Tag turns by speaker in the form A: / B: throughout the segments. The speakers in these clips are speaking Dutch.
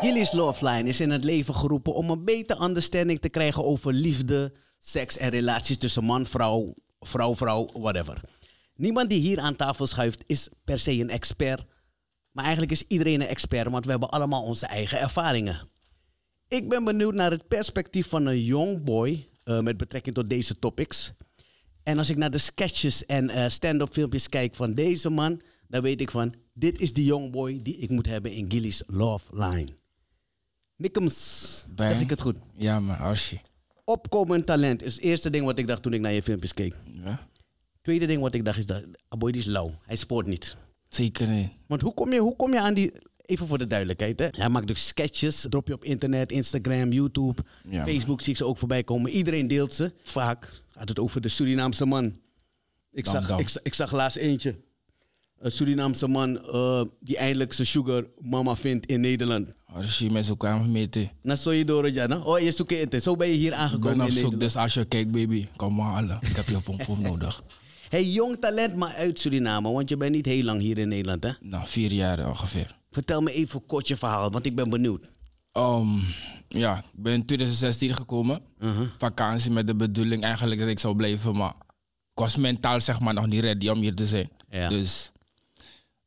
A: Gilly's Loveline is in het leven geroepen om een beter understanding te krijgen over liefde, seks en relaties tussen man, vrouw, vrouw, vrouw, whatever. Niemand die hier aan tafel schuift is per se een expert. Maar eigenlijk is iedereen een expert, want we hebben allemaal onze eigen ervaringen. Ik ben benieuwd naar het perspectief van een young boy eh, met betrekking tot deze topics. En als ik naar de sketches en eh, stand-up filmpjes kijk van deze man, dan weet ik van dit is die young boy die ik moet hebben in Gilly's Love Line. Nickums,
B: Bij-
A: zeg ik het goed.
B: Ja, maar alsje.
A: Opkomend talent is het eerste ding wat ik dacht toen ik naar je filmpjes keek.
B: Ja.
A: Tweede ding wat ik dacht is dat Aboy die is lauw. Hij spoort niet.
B: Zeker niet.
A: Want hoe kom je, hoe kom je aan die. Even voor de duidelijkheid. Hè? Hij maakt dus sketches. Drop je op internet, Instagram, YouTube,
B: Ja, man.
A: Facebook zie ik ze ook voorbij komen. Iedereen deelt ze. Vaak gaat het over de Surinaamse man. Ik,
B: Dam,
A: zag,
B: dam.
A: ik, za- ik zag laatst eentje. Een Surinaamse man eh, die eindelijk zijn sugar mama vindt in Nederland.
B: Alsje, mensen kwamen mee te.
A: Na zo je door het jaar, nou? Oh, je zoekt het. Zo ben je hier
B: Ik
A: aangekomen.
B: ben op
A: in
B: zoek,
A: Nederland.
B: dus als je kijkt, baby, kom maar halen. Ik heb je pompoen nodig.
A: Hey, jong talent, maar uit Suriname. Want je bent niet heel lang hier in Nederland, hè?
B: Nou, vier jaar ongeveer.
A: Vertel me even kort je verhaal, want ik ben benieuwd.
B: Ehm, ja, ik ben in 2016 gekomen.
A: Uh-huh.
B: Vakantie met de bedoeling eigenlijk dat ik zou blijven, maar ik was mentaal zeg maar nog niet ready om hier te zijn.
A: Ja.
B: Dus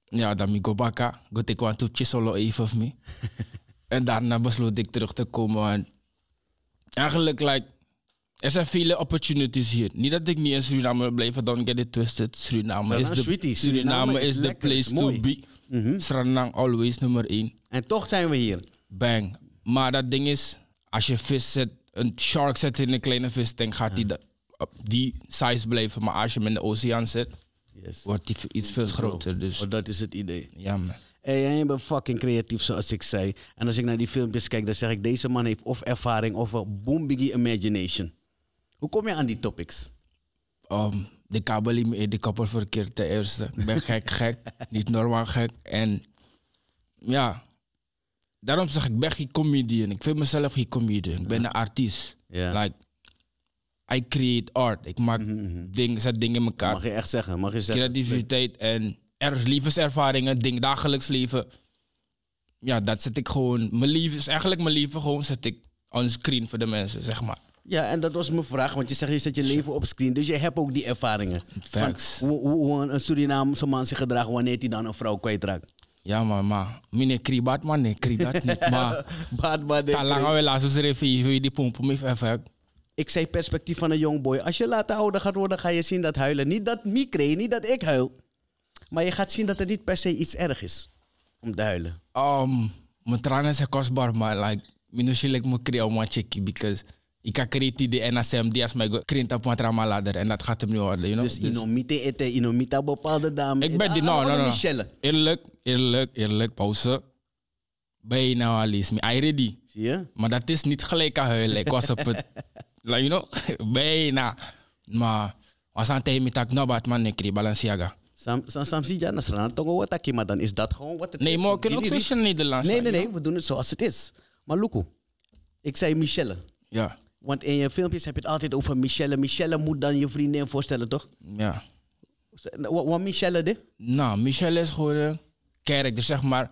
B: ja, dan mi go baka. Go take one toepje solo even of me. en daarna besloot ik terug te komen. want eigenlijk, like, er zijn vele opportunities hier. Niet dat ik niet in Suriname wil blijven, don't get it twisted. Suriname
A: Suriname
B: is de
A: sweetie.
B: Suriname,
A: Suriname is
B: is the
A: lekker, is
B: place
A: mooi. Mhm.
B: to be. Suriname always nummer één.
A: En toch zijn we hier.
B: Bang. Maar dat ding is, als je vis zet, een shark zet in een kleine vistank, gaat die da- op die size blijven. Maar als je hem in de oceaan zet,
A: Yes.
B: wordt die v- iets veel groter. Dus
A: Oh, dat is het idee.
B: ja, man.
A: Hey, jij bent fucking creatief, zoals ik zei. En als ik naar die filmpjes kijk, dan zeg ik: deze man heeft of ervaring of een boombiggie imagination. Hoe kom je aan die topics?
B: Ehm, de kabel in me- de koppel verkeerd ten eerste. Ik ben gek, gek. Niet normaal gek. En ja, daarom zeg ik, ik ben geen comedian. Ik vind mezelf geen comedian. Ik ben een artiest.
A: Ja. Mhm,
B: Like, I create art. Ik maak dingen, zet dingen in elkaar.
A: Mag je echt zeggen? Mag je zeggen?
B: creativiteit en er, levenservaringen, ding, dagelijks leven. Ja, dat zet ik gewoon. Mijn leven is eigenlijk mijn leven gewoon zet ik on screen voor de mensen, zeg maar.
A: Ja, en dat was mijn vraag, want je zegt je zet je leven op screen, dus je hebt ook die ervaringen.
B: Facts.
A: Hoe, hoe, hoe een Surinaamse man zich gedraagt wanneer hij dan een vrouw kwijtraakt.
B: Ja, maar, maar. Meneer Kribat, man, nee, Kribat niet. Maar,
A: Baat, baat, denk ik.
B: talang we laatst even hier, wil je die pompen me even even.
A: Ik zei perspectief van een jong boy. Als je later ouder gaat worden, ga je zien dat huilen. Niet dat migraine, niet dat ik huil. Maar je gaat zien dat er niet per se iets erg is om te huilen.
B: Um, mijn tranen zijn kostbaar, maar like, minusje lijkt me creëren om checkie, because ik kan creëren die NSM, die als mij go- krint op mijn trama ladder en dat gaat hem niet worden, you know?
A: Dus inomite ete, inomita bepaalde dame.
B: Ik ben
A: Ah,
B: dit. Nou,
A: allemaal
B: nou, nou.
A: Michelle.
B: Eerlijk, eerlijk, eerlijk, pauze. Ben je nou al eens? I ready.
A: Zie je?
B: Maar dat is niet gelijk aan huilen. Ik was op het. like, you know, bijna. Maar als aan tijd met knobat man, ik kreeg Balenciaga.
A: Sam, sam, sam, zie je, als er aan tongo wat akkie, maar dan is dat gewoon wat het is.
B: Nee, maar we kunnen ook
A: Die- die-
B: zo in Nederlands.
A: Nee,
B: zijn,
A: nee,
B: you
A: nee, we doen het zoals het is. Maar Luku, ik zei Michelle.
B: know? Ja,
A: Want in je filmpjes heb je het altijd over Michelle. Michelle moet dan je vriendin voorstellen, toch?
B: ja.
A: Wat wat Michelle, dit?
B: Nou, Michelle is gewoon een character, zeg maar.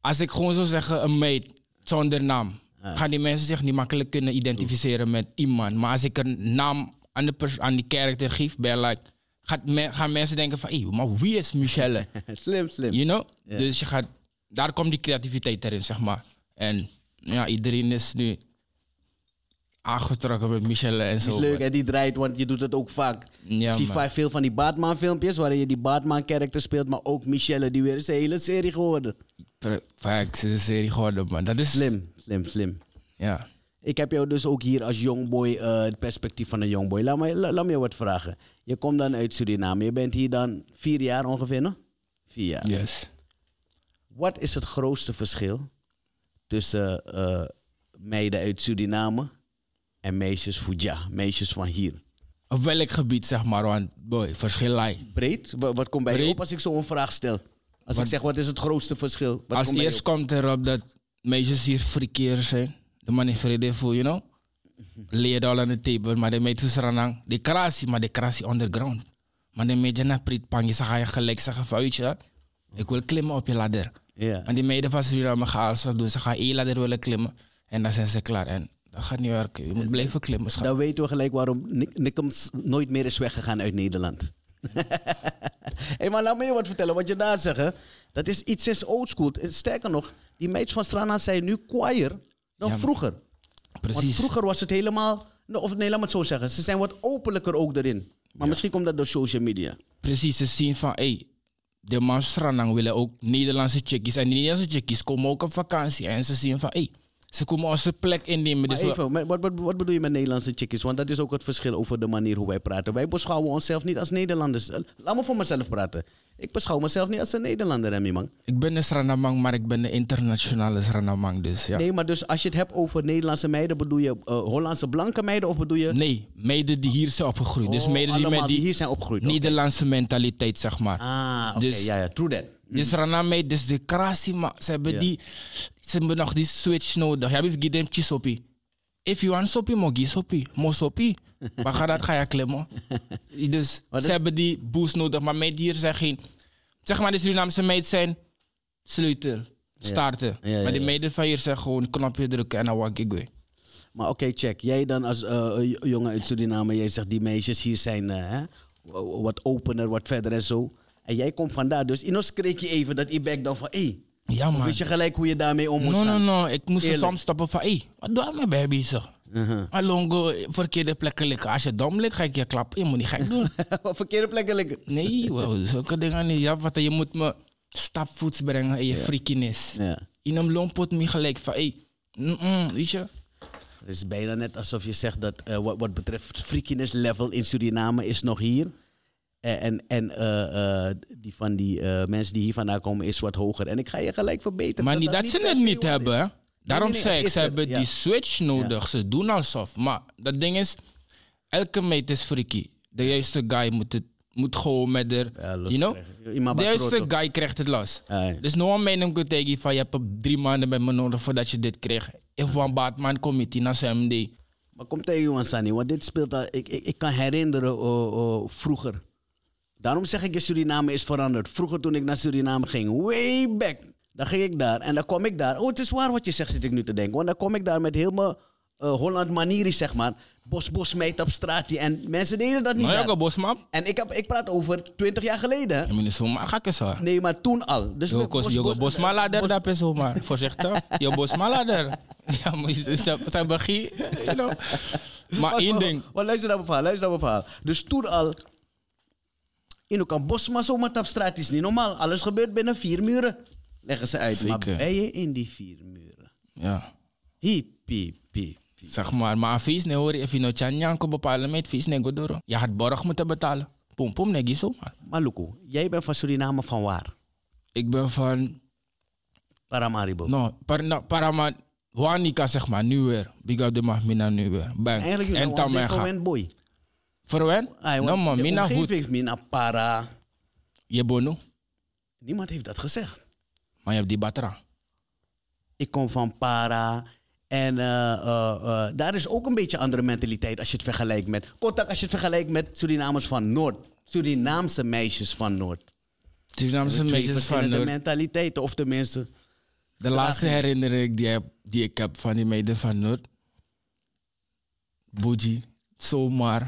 B: Als ik gewoon zou zeggen, een meid zonder naam. Gaan die mensen zich niet makkelijk kunnen identificeren met iemand. Maar als ik een naam aan, de pers- aan die character geef, ben like, gaat me- gaan mensen denken van... "Eeuw, maar wie is Michelle?
A: Slim, slim.
B: You know? Dus je gaat, daar komt die creativiteit erin, zeg maar. En ja, iedereen is nu aangetrokken met Michelle en
A: Die
B: zo.
A: is leuk en die draait, want je doet het ook vaak.
B: Ja,
A: ik zie
B: man.
A: vaak veel van die Batman-filmpjes waarin je die Batman-character speelt, maar ook Michelle, die weer is een hele serie geworden.
B: Per- Vaak is het een serie geworden, man. Dat is...
A: Slim, slim, slim.
B: Ja.
A: Ik heb jou dus ook hier als jongboy, eh, het perspectief van een jongboy. Laat me, la- laat me je wat vragen. Je komt dan uit Suriname, je bent hier dan vier jaar ongeveer, no? Vier jaar.
B: Yes.
A: Wat is het grootste verschil tussen eh, meiden uit Suriname en meisjes Fuja, meisjes van hier?
B: Op welk gebied, zeg maar, want boy, verschil lijkt.
A: breed? Wa- Wat komt bij je
B: Breed.
A: op als ik zo'n vraag stel? Als ik
B: Wat-
A: zeg, wat is het grootste verschil? Wat
B: Als
A: komt bij je
B: eerst
A: op?
B: komt erop dat meisjes hier frikeer zijn. De man heeft vrede voor, you know.
A: Mhm.
B: Leer al aan de table, maar de meid is er aan. De krasie, maar de krasie underground. Maar de meid na priet pang, je zegt, ga je gelijk zeggen van, weet je, wat? ik wil klimmen op je ladder.
A: Ja.
B: Want die meiden van Suriname gaan alles wat doen. Ze gaan één ladder willen klimmen en dan zijn ze klaar. En dat gaat niet werken. Je
A: Eh,
B: moet blijven klimmen, schat.
A: Dan weten we gelijk waarom Nick- Nickums nooit meer is weggegaan uit Nederland. Hé, maar laat me je wat vertellen. Wat je daar zegt, hè. dat is iets sinds oldschool. Sterker nog, die meids van Strana zijn nu kwaaier dan
B: Ja,
A: vroeger. Want
B: Precies.
A: vroeger was het helemaal... nou, Of nee, laat me het zo zeggen. Ze zijn wat openlijker ook erin. Maar misschien komt dat door social media.
B: Precies, ze zien van, hé, hey, de man Sranang willen ook Nederlandse chickies. En die Nederlandse chickies komen ook op vakantie. En ze zien van, hé, hey, ze komen onze plek innemen.
A: Maar
B: Dus we-
A: even, maar wat, wat, wat bedoel je met Nederlandse chickies? Want dat is ook het verschil over de manier hoe wij praten. Wij beschouwen onszelf niet als Nederlanders. Eh, Laat me voor mezelf praten. Ik beschouw mezelf niet als een Nederlander, Remy, man.
B: ik ben een Sranamang, maar ik ben een internationale Sranamang. Dus ja. Nee,
A: Nee, maar dus als je het hebt over Nederlandse meiden, bedoel je eh, Hollandse blanke meiden of bedoel je...
B: meiden die hier zijn opgegroeid. dus
A: Oh,
B: meiden die
A: allemaal
B: met die,
A: die hier zijn opgegroeid. Oké.
B: Nederlandse mentaliteit, zeg maar.
A: Ah, oké,
B: Dus-
A: ja, ja, true that.
B: Dus Rana meid, dus de krasie, maar ze hebben, die, ze hebben nog die switch nodig. Ja, we geven je soppie. If you want soppie, mo gi soppie. Mo soppie. Maar ga dat ga je klimmen. Dus
A: Maar dat-
B: ze hebben die boost nodig. Maar meid hier zijn geen... Zeg maar, de Surinaamse meid zijn sleutel, starten.
A: Ja, ja,
B: maar die
A: ja.
B: meiden van hier zijn gewoon knopje drukken en dan wak ik weer.
A: Maar oké, check. Jij dan als eh, eh, jongen uit Suriname, jij zegt die meisjes hier zijn eh, hè, w- wat opener, wat verder en zo. En jij komt vandaar, dus in ons kreeg je even dat Ibek dan van... Hé,
B: Ja, man.
A: wist je gelijk hoe je daarmee om moest
B: No, no,
A: gaan?
B: no. Ik moest er
A: Eerlijk. Uh-huh.
B: soms stappen van, hé, wat doe je met ben je bezig? Alongo, verkeerde plekken likken. Als je dom ligt, ga ik je klappen. Je moet niet gek doen.
A: Op Verkeerde plekken liggen.
B: Nee, wow, zulke dingen niet. Ja, wat, je moet me stapvoets brengen in je freakiness.
A: Ja.
B: In een lompot me gelijk van, hé, mm-mm, weet je?
A: Het is bijna net alsof je zegt dat eh, wat, wat betreft freakiness level in Suriname is nog hier. En, en, en eh, eh, die van die eh, mensen die hier vandaan komen is wat hoger. En ik ga je gelijk verbeteren.
B: Maar niet dat ze het
A: per se
B: niet
A: waar
B: hebben.
A: is.
B: hè. Daarom
A: nee, nee,
B: zei
A: het
B: ik,
A: is
B: ze
A: er,
B: hebben
A: ja.
B: die switch nodig. Ze doen alsof. Maar dat ding is, elke meid is freaky. De juiste guy moet het moet gewoon met haar,
A: Ja, los
B: you know?
A: krijgen. Iemand
B: De
A: maakt
B: juiste
A: rood,
B: guy krijgt het los.
A: Ja, ja.
B: Dus no one man hem tegen van, je hebt op drie maanden bij me nodig voordat je dit kreeg. If one Batman committee naar CMD.
A: Maar kom tegen jongen, Sani, want dit speelt al. Ik, ik, ik kan herinneren oh, oh, vroeger. Daarom zeg ik je, Suriname is veranderd. Vroeger toen ik naar Suriname ging, way back, dan ging ik daar en dan kwam ik daar. Oh, het is waar wat je zegt, zit ik nu te denken. Want dan kom ik daar met helemaal eh Holland manierie, zeg maar. Bos, bos, meid op straat. die- En mensen deden dat niet.
B: Nou ja,
A: daar.
B: bosmap.
A: En ik, heb, ik praat over 20 jaar geleden. hè.
B: Je moet niet zomaar gakken zo.
A: Nee, maar toen al. Dus
B: Je
A: met
B: kost
A: bos,
B: je
A: bos-
B: bosmalader daar per zomaar. Voorzichtig. Je bosmalader. Ja, maar je zijn begie. You know. Maar
A: Wacht,
B: één
A: wacht,
B: ding.
A: wacht, wacht, luister naar mijn verhaal, luister naar mijn verhaal. Dus toen al... In elkaar bos, maar zomaar op straat is niet normaal. Alles gebeurt binnen vier muren. Leggen ze uit. Maar
B: Zeker.
A: ben je in die vier muren?
B: Ja.
A: Hiep, hiep, hiep.
B: Zeg maar, maar feest nee hoor. If je nou tjanjan kan bepalen met feest nee godoro. Je had borg moeten betalen. Pom pom nee, niet zomaar.
A: Maluku, jij bent van Suriname van waar?
B: Ik ben van,
A: Paramaribo.
B: nou, par, nou, Parama, Wanika zeg maar, nu weer. Big up de mag, mina nu weer. Bang.
A: Eigenlijk, je
B: en
A: bent een
B: Tamega.
A: gewend boy.
B: Verwen? Nou man, mina goed.
A: heeft mina para.
B: Je bonu,
A: Niemand heeft dat gezegd.
B: maar je hebt die batra.
A: Ik kom van para. En eh, eh, eh, daar is ook een beetje andere mentaliteit als je het vergelijkt met... Contact als je het vergelijkt met Surinamers van Noord. Surinaamse meisjes van Noord.
B: Surinaamse
A: Twee
B: meisjes van
A: verschillende
B: Noord.
A: mentaliteiten, of tenminste...
B: De laatste herinnering die, heb- die ik heb van die meiden van Noord. Bougie. Zomaar.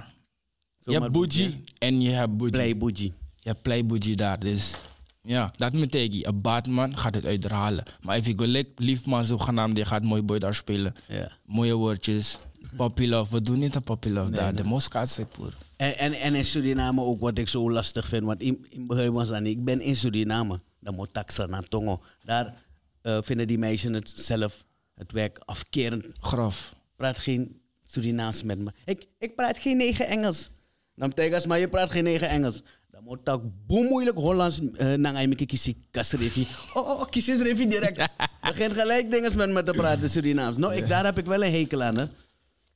B: Je
A: Zomaar
B: hebt Bougie en je hebt Bougie.
A: Play bougie.
B: Je hebt Play Bougie daar. Dus ja, dat moet tegen. Een Batman gaat het uitdragen. Maar even gelijk, lief man zogenaamd, die gaat mooi boy daar spelen.
A: Ja.
B: Mooie woordjes. Poppy love. We doen niet aan poppy love daar. De Moskou is poer.
A: En, en, en in Suriname ook wat ik zo lastig vind. Want in, in begrijp ons dan niet, ik ben in Suriname. Dan moet taxa naar Tongo. Daar eh, vinden die meisjes het zelf, het werk afkerend.
B: Grof.
A: praat geen Surinaams met me. Ik, ik praat geen negen Engels. Dan tegas, maar je praat geen negen Engels. Dan moet ik boem moeilijk Hollands eh naar een kiesie kasrevi. Oh, oh, kiesis revi direct. Begint gelijk dingen met me te praten, Surinaams. Nou, ik, daar heb ik wel een hekel aan, hè.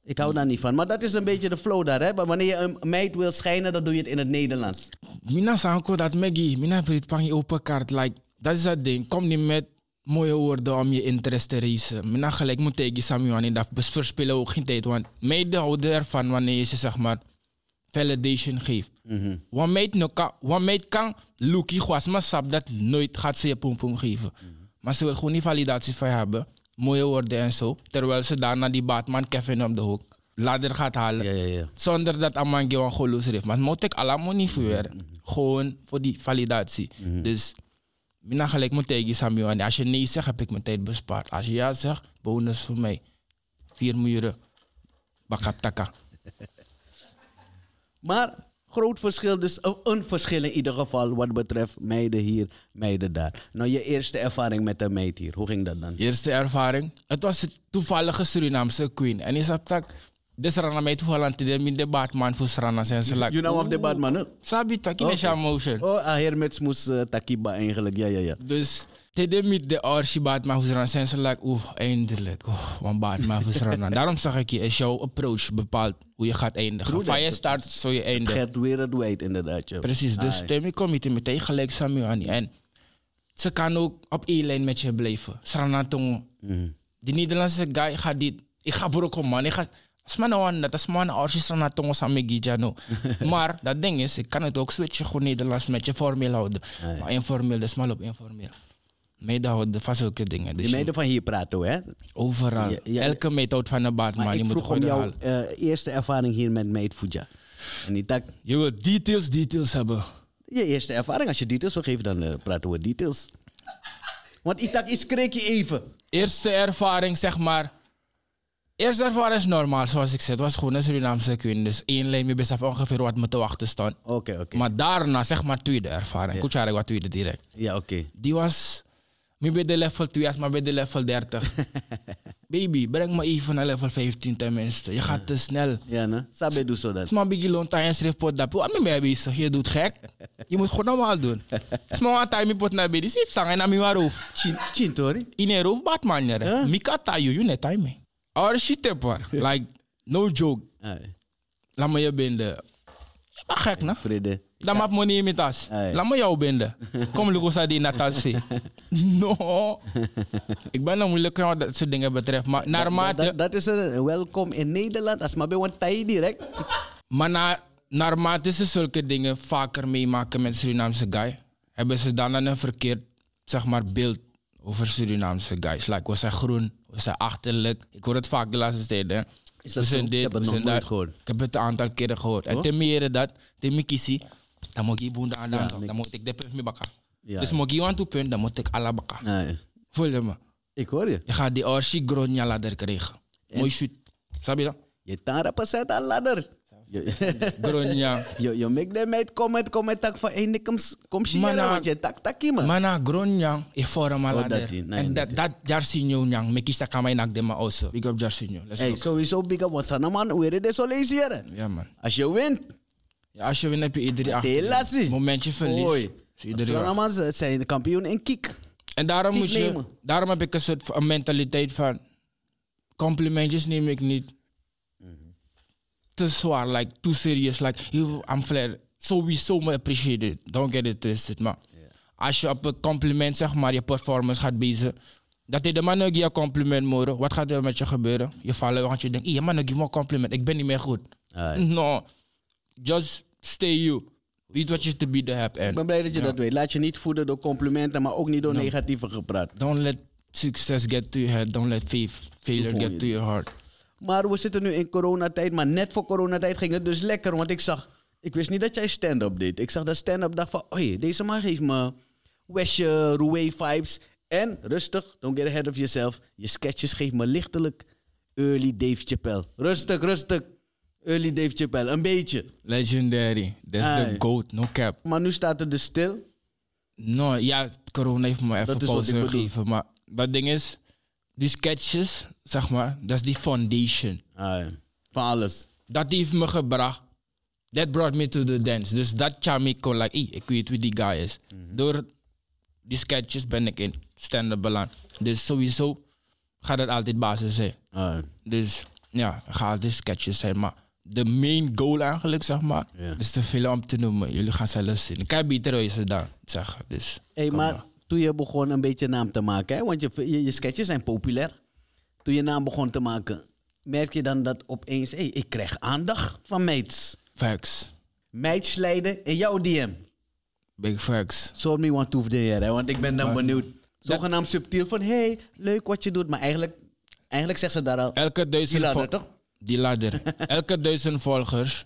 A: Ik hou daar niet van. Maar dat is een beetje de flow daar, hè. Maar wanneer je een meid wil schijnen, dan doe je het in het Nederlands.
B: Mina sanko dat Maggie, mina brit pang je open kaart. Like, dat is dat ding. Kom niet met mooie woorden om je interesse te racen. Mina gelijk moet tegen Samuel en dat bes- verspillen ook geen tijd. Want meiden houden ervan wanneer je ze zeg maar validation geeft.
A: Mhm. Mhm.
B: Wat meid no kan, wat meid kan, Luki was maar sap dat nooit gaat ze je pompoen geven. Maar ze wil gewoon die validatie van je hebben. Mooie woorden en zo. Terwijl ze daarna die Batman Kevin op de hoek ladder gaat halen.
A: Ja, ja, ja.
B: Zonder dat Amangi een golos heeft. Maar het moet ik allemaal niet voor weer. Gewoon voor die validatie. Dus ik ga gelijk mijn tegen Samuel. En als je nee zegt, heb ik mijn tijd bespaard. Als je ja zegt, bonus voor mij. Vier muren. Bakaptaka.
A: Maar groot verschil, dus een- een verschil in ieder geval wat betreft meiden hier, meiden daar. Nou, je eerste ervaring met een meid hier, hoe ging dat dan?
B: Eerste ervaring. Het was een toevallige Surinaamse queen. En is dat tak. De Sarana mij toevallig aan de min de Batman voor Sarana zijn ze like.
A: You know of the bad man, hè?
B: Sabi taki okay. motion.
A: Oh, ah, hier met smoes eh, takiba eigenlijk, ja, ja, ja.
B: Dus tede met de Archie Batman voor Sarana zijn ze like. Oeh, eindelijk. Oeh, want Batman voor Sarana. Daarom zag ik je, is jouw approach bepaalt hoe je gaat eindigen.
A: Broeder,
B: Van je
A: dat
B: start, zo je eindigen.
A: Gert wereldwijd inderdaad, Ah, ja.
B: Precies, dus stem ik kom je meteen gelijk Samuel aan. En ze kan ook op één lijn met je blijven. Sarana tongo.
A: Mm.
B: Die Nederlandse guy gaat dit. Ik ga brokken, man. Ik ga. Als man nou aan dat, als man als je Sarana tongo samen gidja no. Maar dat ding is, ik kan het ook switchen gewoon Nederlands met je formeel houden. Maar informeel, dat is maar op informeel. Meiden houden van zulke dingen. Dus
A: Die meiden van hier praten, we, hè?
B: overal.
A: Ja, ja, ja.
B: Elke meid houdt van een baat,
A: Maar
B: man. Je
A: ik
B: moet
A: vroeg
B: gewoon
A: om jouw
B: halen.
A: eh, eerste ervaring hier met meid Fuja. En die tak,
B: Je wilt details, details hebben.
A: je eerste ervaring, als je details wil geven, dan eh, praten we details. Want ik tak, is kreeg je even.
B: eerste ervaring, zeg maar. Eerste ervaring is normaal, zoals ik zei. Het was gewoon een Surinaamse queen. Dus één lijn, je beseft ongeveer wat me te wachten stond.
A: Oké, oké.
B: Maar daarna, zeg maar, tweede ervaring. Kuchara was tweede direct.
A: Ja, oké.
B: Die was... Mijn bij de level 2 maar bij de level 30. Baby, breng me even naar level 15 tenminste. Je gaat te snel.
A: Ja, ne? Sabe doe zo dat.
B: Als man biggie loon tijd en schrijft pot dapje. Wat ben je mee bezig? Je doet gek. Je moet gewoon normaal doen. Als man wat tijd met pot naar binnen. Zip zang en naar mijn waarhoofd.
A: Chin, chin, tori.
B: in a roof bat manner. Mika tayo yun eh time. Or she tepper. Like no joke. ya
A: Ai,
B: Laat me je binden. Ik ben gek na.
A: Vrede.
B: Dan maak money in mijn tas.
A: Ai.
B: Laat me jou binden. Kom Lucosa die na tas zie. No. Ik ben een moeilijk wat dat soort dingen betreft. Maar naarmate,
A: Dat, dat is een welkom in Nederland. Als maar bij want taai direct. Ah,
B: maar na, naarmate ze zulke dingen vaker meemaken met Surinaamse guy, hebben ze dan een verkeerd zeg maar, beeld over Surinaamse guys. Like, we zijn groen, we zijn achterlijk. Ik hoor het vaak de laatste tijden. hè.
A: Is
B: We zijn dit,
A: Ik heb het
B: we
A: nog
B: zijn
A: nooit
B: dat.
A: gehoord. Oh.
B: Ik heb het een aantal keren gehoord. En ten meer dat, ten meer kiezen, dan moet ik boende aan de hand. Dan moet ik de punt mee bakken.
A: Ja,
B: dus
A: ja.
B: moet ik aan toe punt, dan moet ik alle bakken.
A: Ai,
B: Voel je me?
A: Ik hoor je.
B: Je gaat die orsi gronja ladder krijgen. Mooi shoot. Snap je dat?
A: Je tara passet aan ladder. Je-
B: Gronja.
A: Je je make them meid comment, comment tak van hey, kom, s- kom
B: Maar
A: sieren,
B: na-
A: want je tak takie man.
B: Maar na gronja, ik vorm een
A: Oh,
B: ladder.
A: dat die, nee,
B: En
A: dat
B: dat, dat jarsinjo nyang, me kies dat kan mij nak de ma also. Big up jarsinjo. Let's
A: Hey,
B: go.
A: sowieso big up, want sana man, weer de soliciteren.
B: Ja man.
A: Als je wint,
B: Ja, als je wint heb je iedereen
A: Telasi.
B: achter. Momentje verlies.
A: Oei.
B: Is iedereen
A: Sana man ze zijn de kampioen in kick.
B: En daarom,
A: Niet
B: moet je,
A: nemen.
B: daarom heb ik een soort van mentaliteit van... Complimentjes neem ik niet. Te zwaar, like, too serious. Like, you- I'm flair. Sowieso me appreciate it. Don't get it twisted, maar... Als je op een compliment, zeg maar, je performance gaat bezig... Dat hij de man ook je compliment moet. Wat gaat er met je gebeuren? Je valt want je denkt... Ja, man, ik geef me een compliment. Ik ben niet meer goed.
A: Alright.
B: No. Just stay you. Weet wat je te bieden hebt. En
A: Ik ben blij dat je dat weet. Laat je niet voeden door complimenten, maar ook niet door negatieve gepraat.
B: Don't let success get to your head. Don't let faith, failure get to your heart.
A: Maar we zitten nu in coronatijd, maar net voor coronatijd ging het dus lekker. Want ik zag, ik wist niet dat jij stand-up deed. Ik zag dat stand-up, dacht van, oei, deze man geeft me wesje, roué vibes. En rustig, don't get ahead of yourself. Je sketches geeft me lichtelijk early Dave Chappelle. Rustig, rustig. Early Dave Chappelle, een beetje.
B: Legendary. That's
A: Aye.
B: the goat. No cap.
A: Maar nu staat het dus stil.
B: No, ja, corona heeft me even
A: is wat ik
B: pauze
A: bedoel.
B: gegeven. Maar dat ding is, die sketches, zeg maar, dat is die foundation.
A: Ah, ja. van alles.
B: Dat heeft me gebracht. That brought me to the dance. Dus dat chamico, like, "Ey, ik weet wie die guy is.
A: Mhm.
B: Door die sketches ben ik in stand-up beland. Dus sowieso gaat het altijd basis zijn.
A: Ah,
B: Dus ja, ga altijd sketches zijn. Maar de main goal eigenlijk, zeg maar,
A: Ja.
B: is te veel om te noemen. Jullie gaan zelfs zien. Ik kan beter wezen dan, zeggen. Dus,
A: Hey,
B: kom
A: maar toen je begon een beetje naam te maken, hè? want je, je, je sketches zijn populair. Toen je naam begon te maken, merk je dan dat opeens, hey, ik krijg aandacht van meids.
B: Facts.
A: Meids leiden in jouw DM.
B: Big facts.
A: Zorg me want toe hè, want ik ben dan benieuwd. Zogenaamd subtiel van, hé, hey, leuk wat je doet. Maar eigenlijk, eigenlijk zegt ze daar al,
B: Elke duizend
A: die ladder
B: vol-
A: toch?
B: Die ladder. Elke duizend volgers,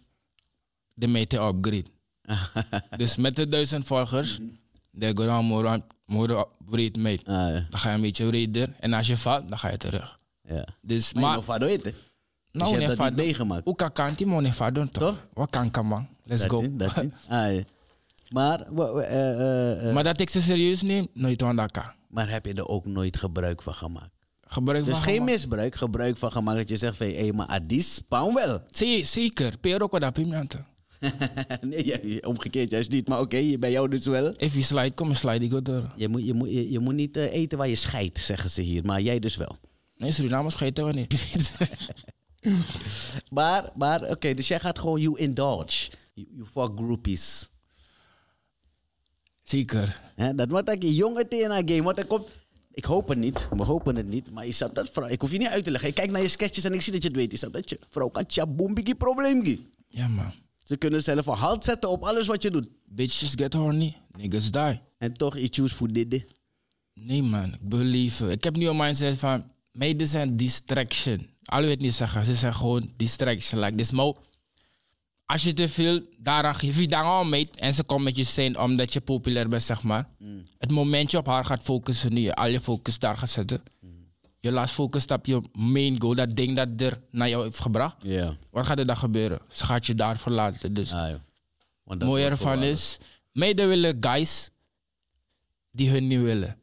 B: de meter upgrade. dus met de duizend volgers, de Goran Moran Moran breed mee.
A: Ah, ja.
B: Dan ga je een beetje breder en als je valt, dan ga je terug.
A: ja.
B: Dus
A: Maar,
B: maar,
A: je vader weet het. Dus
B: nou
A: je
B: nee,
A: hebt dat niet
B: vader,
A: meegemaakt.
B: hoe kan kan die man nee, vader toch? Wat kan kan man? Let's
A: Dat
B: go.
A: is- dat is- ah, ja. Maar, wa- wa- eh, eh, eh,
B: Maar dat ik ze serieus neem, nooit aan dat kan.
A: maar heb je er ook nooit gebruik van gemaakt?
B: Gebruik
A: Dus
B: van
A: geen
B: gemak.
A: misbruik, gebruik van gemaakt. Dat je zegt van, hé, maar Adis, spaan wel.
B: Zie- Zeker, pero qua dat pimenten.
A: nee, jij- omgekeerd juist niet. Maar oké, bij jou dus wel.
B: If je slide, kom je slide ik door.
A: Je moet, je moet, je, je moet niet eh, eten waar je scheidt, zeggen ze hier. Maar jij dus wel.
B: Nee, Surinamers scheten we niet.
A: Maar, maar oké, dus jij gaat gewoon, you indulge. You, you fuck groupies.
B: Zeker.
A: Hè, dat wordt ik een jonge TNA game. Want er komt. Ik hoop het niet, we hopen het niet. Maar je snapt dat vrouw. Ik hoef je niet uit te leggen. Ik kijk naar je sketches en ik zie dat je het weet. Je snapt dat je vrouw kan tjaboembiki probleem. gie.
B: Ja, man.
A: Ze kunnen zelf een halt zetten op alles wat je doet.
B: Bitches get horny, niggas die.
A: En toch, je choose voor dit. dit.
B: Nee, man. Ik believe. Ik heb nu een mindset van... Meiden zijn distraction. Alle weet niet zeggen. Ze zijn gewoon distraction. Like this. Maar als je te veel daaraan geeft, je dan al meet en ze komt met je zijn omdat je populair bent, zeg maar. Het moment je op haar gaat focussen, nu je al je focus daar gaat zetten. Je laat focus op je main goal, dat ding dat er naar jou heeft gebracht.
A: Ja.
B: Wat gaat er dan gebeuren? Ze gaat je daar verlaten. Dus
A: Ah, joh. Want dat
B: mooie
A: wordt
B: ervan
A: voorwaardig.
B: is, meiden willen guys die hun niet willen.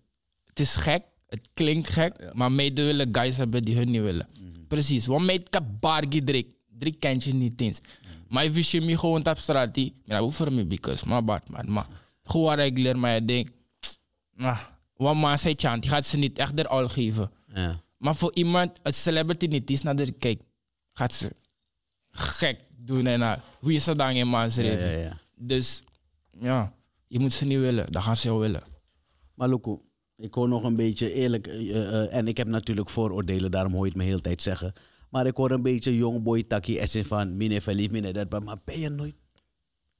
B: Het is gek, het klinkt gek, maar meiden willen guys hebben die hun niet willen.
A: Mhm.
B: Precies, want meid kan bargi drie, drie kent je niet eens.
A: Mhm.
B: Maar als je me gewoon op straat, die, maar hoe voor me because, maar bad man, maar gewoon regulier, maar je denkt, nah, wat maar zij chant, die gaat ze niet echt er al geven.
A: Ja.
B: Maar voor iemand, een celebrity niet is naar de kijk, gaat ze gek doen en haar. Hoe is dat dan in maas
A: Ja, ja, ja.
B: Dus ja, je moet ze niet willen, dan gaan ze jou willen.
A: Maar Loeko, ik hoor nog een beetje eerlijk. eh, eh, eh, en ik heb natuurlijk vooroordelen, daarom hoor je het me heel de tijd zeggen. Maar ik hoor een beetje jongboy takkie essen van meneer verliefd, meneer dat. Maar- Maar ben je nooit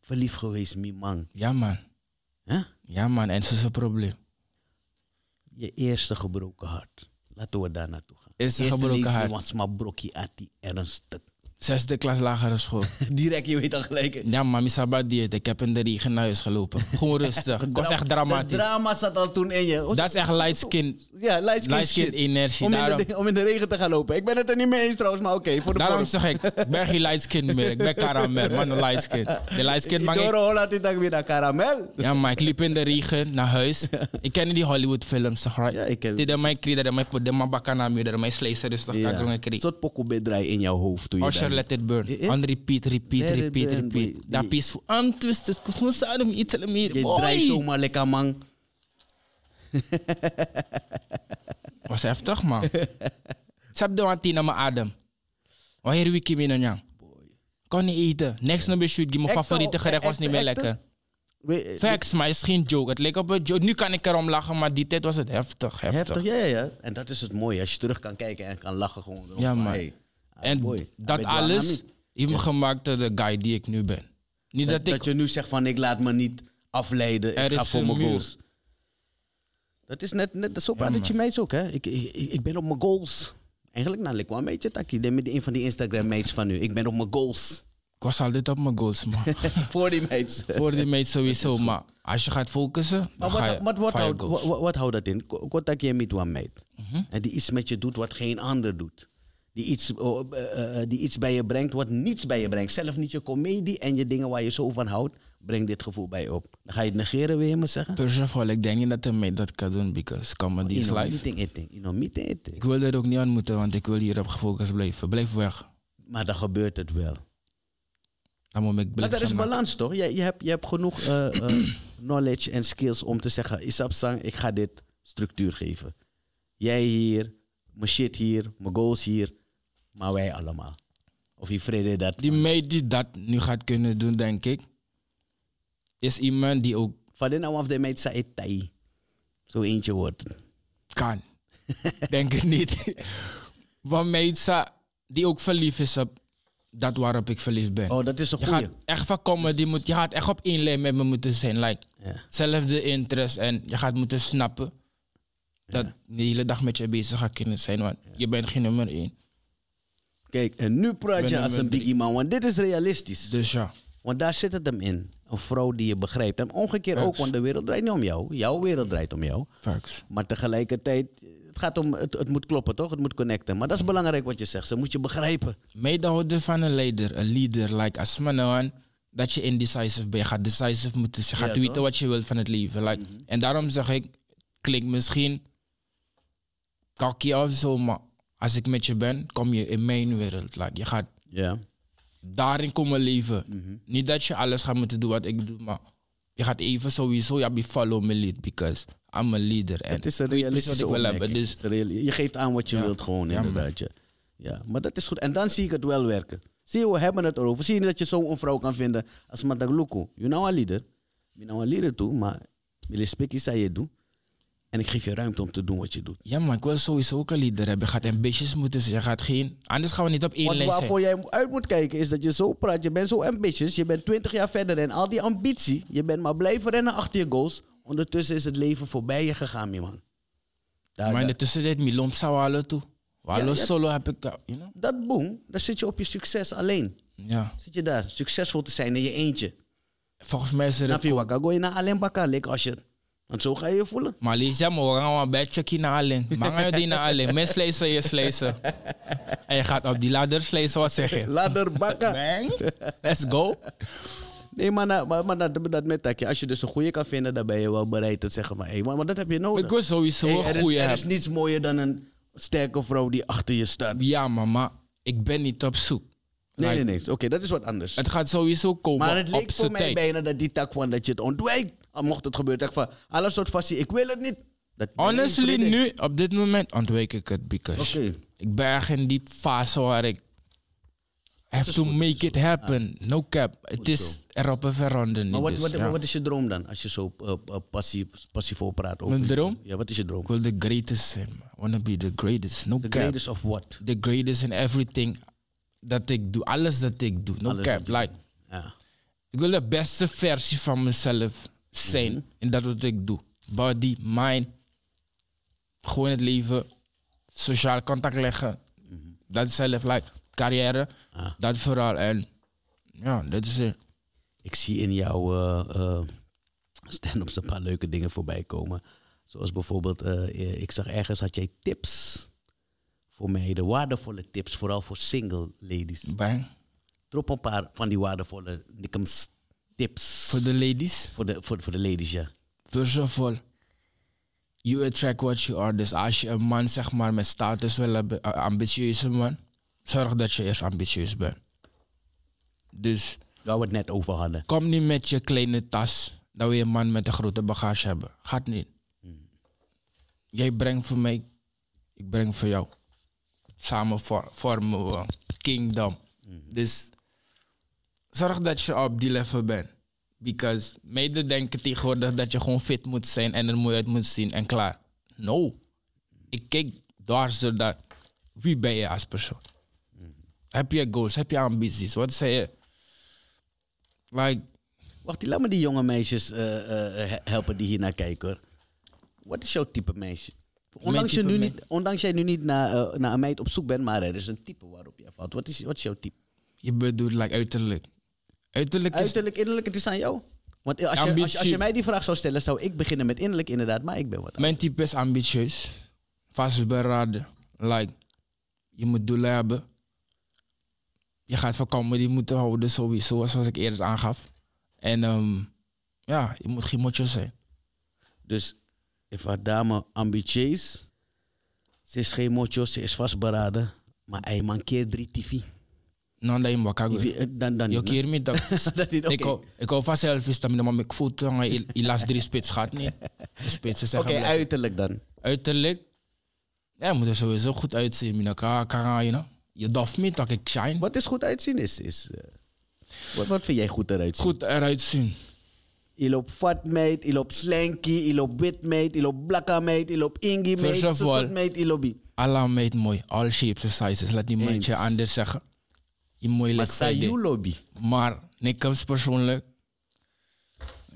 A: verliefd geweest, mi man?
B: Ja man,
A: Hè?
B: ja man, en ze is een probleem.
A: Je eerste gebroken hart. Laten we daar naartoe gaan.
B: Eerste gebroken
A: lezing
B: hart.
A: was maar brokkie uit die ernstig.
B: Zesde klas lagere school.
A: Direct, je weet al gelijk. hè.
B: Ja man, Misaba dieet, ik heb in de regen naar huis gelopen. Gewoon rustig, ik was echt
A: Het
B: dramatisch.
A: drama zat al toen in je.
B: Dat is echt light skin.
A: ja, light skin,
B: light skin
A: shit.
B: energie,
A: Om in, de,
B: daarom-
A: om in de regen te gaan lopen. Ik ben het er niet mee eens trouwens, maar oké. voor de
B: Daarom
A: vorm.
B: zeg ik, ik ben geen light skin meer, ik ben karamel, man, een light skin. De light skin mag ik...
A: Idoro Holland in dag weer naar karamel.
B: Ja, maar ik liep in de regen naar huis. Ik ken die Hollywood films, toch? Right?
A: Ja, ik ken-
B: Dit is mijn kreeg, dat is mijn dat is mijn bakken aan mij, dat is mijn slijzer, dus dat kan ik er een
A: Een
B: kreeg.
A: soort pokkelbedraai in jouw hoofd. Toen je
B: Usher
A: daar-
B: let it burn.
A: Eh, eh?
B: On repeat, repeat,
A: Let it
B: repeat,
A: burn,
B: repeat.
A: boy.
B: Dat is voor antwisten. Hoe zou hem iets meer?
A: je draait zomaar lekker man.
B: Was heftig, man. Sap de wantie naar mijn adem. Waar hier wiki binnen, ja. Kon niet eten. Niks naar beshoot. Mijn
A: Ecto,
B: favoriete gerecht was
A: ecto,
B: niet meer
A: ecto.
B: lekker.
A: We- eh,
B: Facts, maar is geen joke. Het leek op een joke. Nu kan ik erom lachen, maar die tijd was het heftig, heftig.
A: Heftig, ja, ja, ja. En dat is het mooie. Als je terug kan kijken en kan lachen gewoon.
B: Ja,
A: man.
B: man. En
A: boy, hij
B: dat
A: weet waar hij aan
B: alles
A: moet.
B: heeft me gemaakt tot de guy die ik nu ben. Niet dat,
A: dat,
B: ik...
A: je nu zegt van ik laat me niet afleiden.
B: Er
A: ik ga
B: is
A: voor
B: een
A: mijn
B: muur.
A: goals. Dat is net, net zo praat dat je meisjes ook, hè? Ik, ik, ik ik ben op mijn goals. Eigenlijk, nou, ik wel een beetje takkie. Dit met een van die Instagram-mates van nu. Ik ben op mijn goals.
B: Ik was altijd op mijn goals, man.
A: voor die mates.
B: Voor die meid sowieso, maar als je gaat focussen, dan
A: Maar
B: ga
A: wat,
B: je
A: maar wat,
B: fire
A: houdt,
B: goals. Mhm.
A: wat, wat- wat houdt dat in? Ko- Contact je met een meid. En die iets met je doet wat geen ander doet. Die iets, oh, eh, eh, die iets bij je brengt wat niets bij je brengt. Zelf niet je comedie en je dingen waar je zo van houdt. Breng dit gevoel bij je op. Dan ga je het negeren, wil je me zeggen?
B: First of all, ik denk niet dat een meid dat kan doen, because comedy is
A: In een
B: life.
A: meeting eating. In een meeting eating.
B: Ik wil er ook niet aan moeten, want ik wil hierop gefocust blijven. Blijf weg.
A: Maar dan gebeurt het wel.
B: Dan moet ik
A: Maar er is
B: bliksem maken.
A: balans toch? Je, je, hebt, je hebt genoeg eh, eh, knowledge en skills om te zeggen: Isap Sang, ik ga dit structuur geven. Jij hier, mijn shit hier, mijn goals hier, maar wij allemaal. Of die vrede dat.
B: Die meid die dat nu gaat kunnen doen, denk ik, is iemand die ook
A: Van dit nou af, de meid zei tai. Zo eentje wordt. het.
B: kan. denk het niet. Want meid sa- die ook verliefd is op dat waarop ik verliefd ben.
A: Oh, dat is een
B: je
A: goeie.
B: gaat echt van comedy, moet, je gaat echt op één lijn met me moeten zijn. Like,
A: Ja.
B: zelfde interest en je gaat moeten snappen dat de hele dag met je bezig gaat kunnen zijn, want je bent geen nummer één.
A: Kijk, en nu praat
B: ben
A: je
B: nummer
A: als een
B: drie.
A: biggie man, want dit is realistisch.
B: Dus ja,
A: Want daar zit het hem in. Een vrouw die je begrijpt. En omgekeerd ook,
B: Facts.
A: want de wereld draait niet om jou. Jouw wereld draait om jou.
B: facts.
A: Maar tegelijkertijd, het, gaat om, het, het moet kloppen toch? Het moet connecten. Maar dat is
B: Mm.
A: belangrijk wat je zegt. Ze moet je begrijpen.
B: Medehouden van een leider, een leader, like als man, dat je indecisive bent. Je gaat decisive moeten zijn. Je gaat
A: Ja,
B: weten
A: toch? Mhm.
B: wat je wil van het leven. Like, En daarom zeg ik, klinkt misschien kakkie of zo, maar als ik met je ben, kom je in mijn wereld. Like, je gaat
A: Ja.
B: daarin komen leven.
A: Mhm.
B: Niet dat je alles gaat moeten doen wat ik doe, maar je gaat even sowieso, ja, be follow me lead, because I'm a leader. En
A: Het is een
B: weet precies
A: realistische
B: wat ik wil hebben.
A: opmerking.
B: Dus
A: Het is een reali- je geeft aan wat je
B: Ja.
A: wilt gewoon,
B: Ja, man.
A: inderdaad. Ja. ja, maar dat is goed. En dan zie ik het wel werken. Zie je, we hebben het erover. Zie je dat je zo'n vrouw kan vinden als Matagluku. Je nou een leader. Je nou een leader toe, maar wil je spikken, zei je doen. En ik geef je ruimte om te doen wat je doet.
B: Ja, maar ik wil sowieso ook een leader hebben. Je gaat ambitious moeten zijn. Je gaat geen... Anders gaan we niet op één
A: Want
B: lijn zijn.
A: waarvoor jij uit moet kijken is dat je zo praat. Je bent zo ambitious. Je bent 20 jaar verder en al die ambitie. Je bent maar blijven rennen achter je goals. Ondertussen is het leven voorbij je gegaan, mijn man. Daar-
B: Maar in de
A: dat,
B: tussentijd, Milom zou walen toe. Walo
A: Ja, ja.
B: solo heb ik... eh, You know?
A: dat boom, daar zit je op je succes alleen.
B: Ja.
A: Zit je daar, succesvol te zijn in je eentje.
B: Volgens mij is er...
A: Na Viwaka gooi je naar Alain Bakka, lik als je. Want zo ga je je voelen.
B: Maar lees ja, maar we gaan een beetje kijken naar alleen. Maar gaan die naar alleen. Mens slijzen, je slijzen. En je gaat op die ladder slijzen, wat zeg je?
A: Ladder Bakka.
B: Bang. Let's go.
A: Nee, maar, na- maar, maar dat, dat met takje. Als je dus een goeie kan vinden, dan ben je wel bereid te zeggen van... Hé, maar, maar dat heb je nodig.
B: Ik wil sowieso
A: Hey,
B: een
A: er, is,
B: goeie
A: er
B: hebben.
A: is niets mooier dan een sterke vrouw die achter je staat.
B: Ja, mama. Ik ben niet op zoek.
A: Nee,
B: Like,
A: nee, nee. Oké, dat is wat anders.
B: Het gaat sowieso komen
A: maar het
B: op
A: leek voor
B: zijn
A: mij
B: tijd.
A: bijna dat die tak van dat je het ontwijkt. Al mocht het gebeuren, dacht ik van, alles soort fascie, ik wil het niet. Dat
B: Honestly,
A: Nee,
B: nu, op dit moment ontwijk ik het, because
A: Oké.
B: ik ben echt in die fase waar ik have to make it happen. No cap. Het is erop en veranderen.
A: Maar wat,
B: Dus,
A: wat,
B: ja.
A: wat is je droom dan? Als je zo eh, eh, passief, passievol praat over...
B: Mijn
A: je-
B: droom?
A: Ja, wat is je droom?
B: Ik wil de greatest zijn. man. I wanna be the greatest. No
A: The
B: cap.
A: greatest of what?
B: The greatest in everything dat ik doe. Alles dat ik doe. No
A: Alles wat
B: cap.
A: je
B: Like,
A: Ja.
B: ik wil de beste versie van mezelf zijn. En dat wat ik doe. Body, mind. Gewoon het leven. Sociaal contact leggen. Dat zelf, like, carrière.
A: Ah.
B: Dat vooral. En ja, dat is het.
A: Ik zie in jouw eh, eh, stand-ups een paar leuke dingen voorbij komen. Zoals bijvoorbeeld, eh, ik zag ergens had jij tips voor meiden. Waardevolle tips, vooral voor single ladies.
B: Bang.
A: Drop een paar van die waardevolle Nickums tips.
B: Voor de ladies.
A: Voor de, voor, voor de ladies, ja.
B: First of all, you attract what you are. Dus als je een man zeg maar met status wil hebben, een ambitieuze man, zorg dat je eerst ambitieus bent. Dus
A: Waar we het net over hadden.
B: kom niet met je kleine tas, dat we een man met een grote bagage hebben. Gaat niet. Jij brengt voor mij, ik breng voor jou. Samen vor- vormen we een kingdom. Dus zorg dat je op die level bent. Because meiden denken tegenwoordig dat je gewoon fit moet zijn en er mooi uit moet zien en klaar. No. Ik kijk dwars door dat. Wie ben je als persoon? Heb je goals? Heb je ambities? Wat zei je? Like,
A: Wacht, laat me die jonge meisjes eh, eh, he- helpen die hier naar kijken hoor. Wat is jouw type meisje? Ondanks, je
B: type
A: nu
B: me-
A: niet, ondanks jij nu niet naar, eh, naar een meid op zoek bent, maar er is een type waarop je valt. Wat is, wat is jouw type?
B: je bedoelt like uiterlijk. Uiterlijk is...
A: Uiterlijk, innerlijk, het is aan jou. Want als je, als, je, als je
B: Ambitie.
A: mij die vraag zou stellen, zou ik beginnen met innerlijk inderdaad, maar ik ben wat.
B: Mijn type is ambitieus. Vastberaden. Like, je moet doelen hebben. Je gaat van comedy moeten houden sowieso, zoals ik eerder aangaf. En ehm, ja, je moet geen motje zijn.
A: Dus, if een dame ambitieus, ze is geen mocho, ze is vastberaden, maar hij mankeert drie TV.
B: Nanda in Wakago.
A: Dan, dan,
B: Je
A: niet,
B: keer me dat.
A: Dat niet,
B: Ik
A: oké.
B: hou- Ik hou van selfies, dat maar ik voel toch, je je laatste drie spits gaat niet. De spits is
A: Oké,
B: echt een blessing.
A: uiterlijk dan.
B: uiterlijk. Ja, je moet er sowieso goed uitzien. Mina ka, ka, you know. Je dof me dat ik shine.
A: Wat is goed uitzien is... is eh, wat, wat vind jij goed eruit zien?
B: Goed eruit zien.
A: Je loopt fat meid, je loopt slanky, je loopt wit meid, je loopt blakka meid, je loopt ingi meid,
B: First
A: zo'n
B: of all-
A: soort meid, je loopt...
B: Allah meet mooi. All shapes and sizes. Laat die
A: Eens.
B: meidje anders zeggen. Je
A: Maar
B: moeilijk
A: sa
B: zijn.
A: you lobby.
B: Maar Nikkels persoonlijk.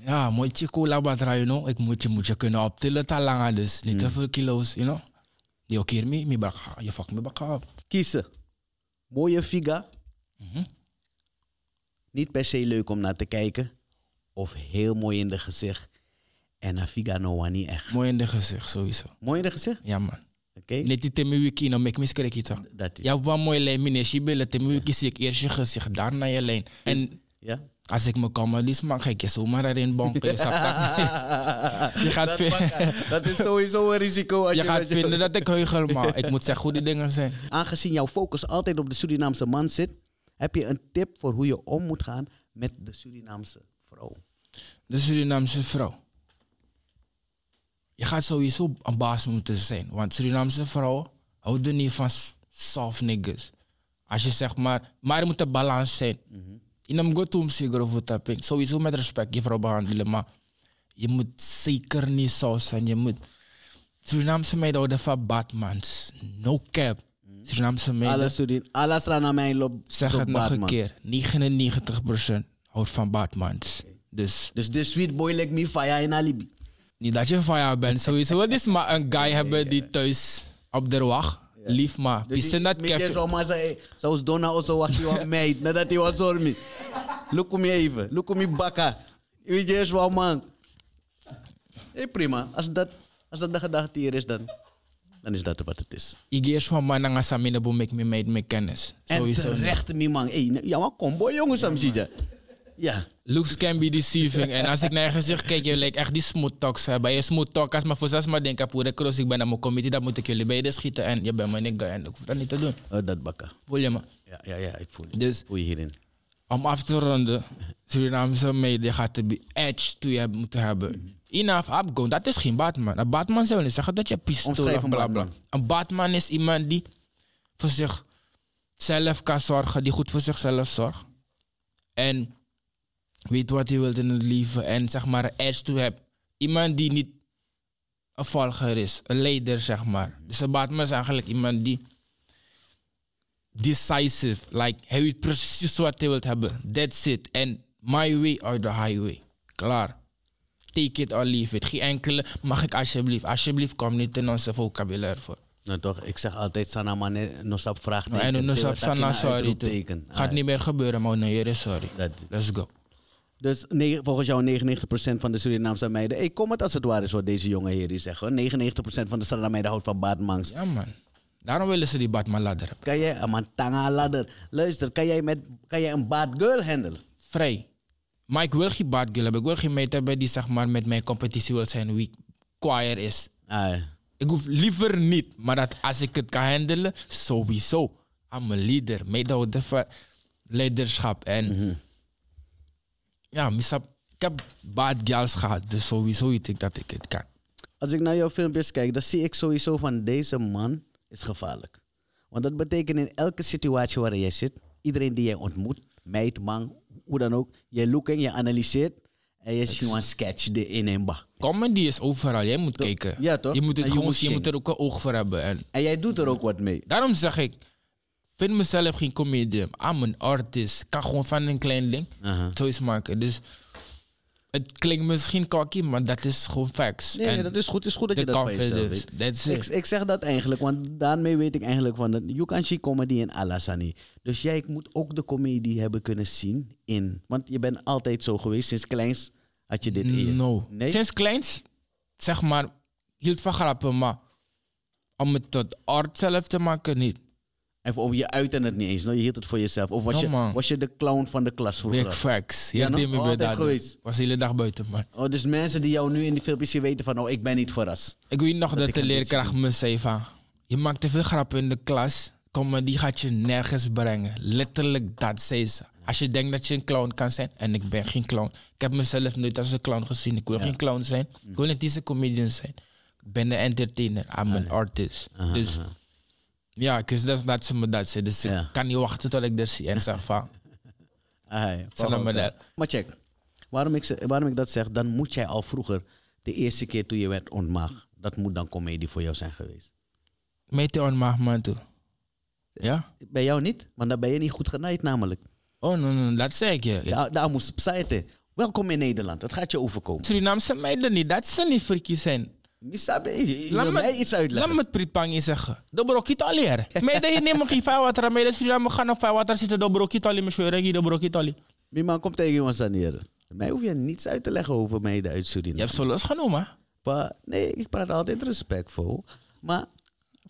B: ja, moet je cola batra, you know. Ik moet je, moet je kunnen optillen talanga dus. Niet
A: Hmm.
B: te veel kilo's, you know. Die ook hier mee, me bakka. Je fuck me bakka op.
A: Kiezen. Mooie figa.
B: Mhm.
A: Niet per se leuk om naar te kijken. Of heel mooi in de gezicht. En een figa no wa niet echt.
B: Mooi in de gezicht, sowieso.
A: Mooi in de gezicht?
B: Ja, man.
A: Oké.
B: Net die temi wiki, nou, ik miskreeg je toch.
A: Dat is.
B: Ja, wat mooi lijn, meneer Sibille. Temi wiki zie ik eerst je gezicht, daarna je lijn. En
A: Ja?
B: als ik mijn comedies maak, ga ik je zomaar erin bonken. Je snapt dat? Je gaat
A: dat,
B: veel-
A: pak- dat is sowieso een risico. Als je,
B: Je gaat
A: met je-
B: vinden dat ik heugel, maar ik moet zeggen hoe die dingen zijn.
A: Aangezien jouw focus altijd op de Surinaamse man zit, heb je een tip voor hoe je om moet gaan met de Surinaamse vrouw.
B: De Surinaamse vrouw. Je gaat sowieso een baas moeten zijn. Want Surinaamse vrouwen houden niet van s- soft niggas. Als je zeg maar... Maar er moet een balans zijn.
A: Mhm.
B: In een goed om zeker of wat heb ik. Sowieso met respect je vrouw behandelen. Maar je moet zeker niet soft zijn. Je moet... Surinaamse meiden houden van Batmans. No cap. Surinaamse meiden...
A: Mhm. Alle Surin, alles aan mijn loop.
B: Zeg
A: zoek
B: het nog een
A: Batman.
B: keer. 99% houdt van Batmans. Dus
A: Dus de sweet boy like me, fire in alibi.
B: niet dat je van jou bent sowieso. Het is maar een guy hebben die thuis op de wacht. Lief maar.
A: Dus
B: Pissen dat
A: Mickey
B: kefje.
A: zou maar zeggen, zoals Donna also was je meid, nadat hij was hoor me. Look om je even, look om je bakka. Weet je, is wel man. Hey, prima, als dat, als dat de gedachte hier is, dan, dan is dat wat het is.
B: Ik geef van mij naar Samina boom ik me meid met kennis.
A: En
B: Sowieso.
A: terecht, mijn man. Hey, nou, ja, maar kom, boy, jongens, ja, Ja.
B: Looks can be deceiving. en als ik naar je gezicht kijk, je lijkt echt die smooth talks hebben. Je smooth talkers, maar voor zes maar denk ik, voor de cross, ik ben aan mijn committee, dat moet ik jullie beiden schieten. En je bent mijn nigga en ik hoef dat niet te doen.
A: Oh, dat bakka.
B: Voel je me?
A: Ja, ja, ja, ik voel je.
B: Dus-
A: Ik voel je hierin.
B: om af te ronden, Surinaamse media gaat de edge toe hebben, moeten hebben. Enough upgoing, dat is geen Batman. Een Batman zou niet zeggen dat je pistool
A: Omschrijf
B: of
A: een
B: bla bla.
A: Batman.
B: Een Batman is iemand die voor zichzelf kan zorgen, die goed voor zichzelf zorgt. En weet wat hij wilt in het leven en zeg maar een edge toe hebt. Iemand die niet een volger is, een leider zeg maar. Dus een Batman is eigenlijk iemand die decisive. Like, hij weet precies wat hij wilt hebben. That's it. En my way or the highway. Klaar. Take it or leave it. Geen enkele, mag ik alsjeblieft. Alsjeblieft, kom niet in onze vocabulaire voor.
A: Nou toch, ik zeg altijd, Sana Mane, Nosap vraagt.
B: Nou, En ons op Sana, sorry. toe. Gaat niet meer gebeuren, maar nee, hier is sorry.
A: Ah, Dat-
B: Let's go.
A: Dus ne- volgens jou 99% van de Surinaamse meiden. Hey, kom het als het waar is wat deze jonge heren zeggen. hoor. 99% van de Surinaamse meiden houdt van baardmangs.
B: Ja, man. Daarom willen ze die Batman ladder. hebben.
A: Kan jij een mantanga ladder? Luister, kan jij, met, kan jij een baardgirl handelen?
B: Vrij. Maar ik wil geen badgirl hebben. Ik wil geen meid hebben die zeg maar, met mijn competitie wil zijn wie choir is.
A: Ah,
B: Ik hoef liever niet, maar dat als ik het kan handelen, sowieso. I'm a leader. Meedouden van leiderschap. En
A: Mhm.
B: ja, misap, ik heb bad girls gehad, dus sowieso weet ik dat ik het kan.
A: als ik naar jouw filmpjes kijk, dan zie ik sowieso van deze man is gevaarlijk. Want dat betekent in elke situatie waar jij zit, iedereen die jij ontmoet, meid, man, hoe dan ook, je looking, je analyseert en je ziet een sketch de in en ba.
B: Comedy is overal, jij moet kijken.
A: ja, toch?
B: Je moet het
A: En je
B: gewoon
A: moet
B: zien, je moet
A: zien.
B: er ook een oog voor hebben. En
A: En jij doet er ook wat mee.
B: daarom zeg ik, vind mezelf geen comedian. I'm an artist. Ik kan gewoon van een klein ding
A: Aha.
B: zoiets maken. Dus het klinkt misschien cocky, maar dat is gewoon facts.
A: Nee,
B: En
A: nee, dat is goed. Het is goed dat
B: de
A: je dat van jezelf
B: confidence,
A: weet.
B: that's it.
A: Ik, ik zeg dat eigenlijk, want daarmee weet ik eigenlijk van... dat You can see comedy in Alassani. Dus jij moet ook de comedy hebben kunnen zien in... Want je bent altijd zo geweest. Sinds kleins had je dit in je.
B: No.
A: Nee?
B: Sinds kleins, zeg maar, hield van grappen, maar om het tot art zelf te maken, niet.
A: Even om je uit en het niet eens. No? Je hield het voor jezelf. Of was,
B: Ja,
A: je,
B: man.
A: was je de clown van de klas
B: Big
A: vroeger?
B: facts.
A: Ja,
B: Ja,
A: no?
B: die me
A: Altijd
B: bij dat.
A: geweest.
B: Ik was de hele dag buiten, man.
A: Oh, dus mensen die jou nu in die filmpjes zien weten van... Oh, ik ben niet verrast.
B: Ik weet nog dat,
A: ik
B: de
A: een beetje
B: leerkracht me zei van... Je maakt te veel grappen in de klas, kom, maar die gaat je nergens brengen. Letterlijk dat, zei ze. Als je denkt dat je een clown kan zijn, en ik ben geen clown. Ik heb mezelf nooit als een clown gezien. Ik wil geen clown zijn.
A: Mm.
B: Ik wil niet eens een comedian zijn. Ik ben een entertainer, I'm
A: Ah,
B: an artist. dus ja, ik wist dat, dat ze me dat zei. Dus
A: Ja.
B: ik kan niet wachten tot ik dat zie en zeg van...
A: Ah, ja.
B: Salam
A: Van elkaar.
B: alaikum.
A: Maar check, waarom ik, ze- waarom ik dat zeg, dan moet jij al vroeger, de eerste keer toen je werd ontmaagd, dat moet dan comedie voor jou zijn geweest.
B: Meet je onmaag man toe. Ja?
A: Bij jou niet, want dan ben je niet goed genaaid namelijk.
B: Oh, nee, nee, dat zei ik je.
A: Daar, daar moest psaite. Welkom in Nederland, het gaat je overkomen.
B: Surinaamse meiden niet, dat ze niet freaky zijn.
A: Misabe, je je
B: Laat
A: wil
B: me-
A: mij iets
B: Laat
A: uitleggen.
B: me het Pritpangi zeggen. De brokito leren. Meiden hier nemen geen vaarwater aan. Meiden Suriname gaan naar vaarwater zitten. De brokito leren. Mijn schweren, de brokito leren.
A: Mijn man komt tegen ons aan hier. Mij hoef je niets uit te leggen over meiden uit Suriname.
B: Je hebt zo los genomen. hè?
A: Maar nee, ik praat altijd respectvol. Maar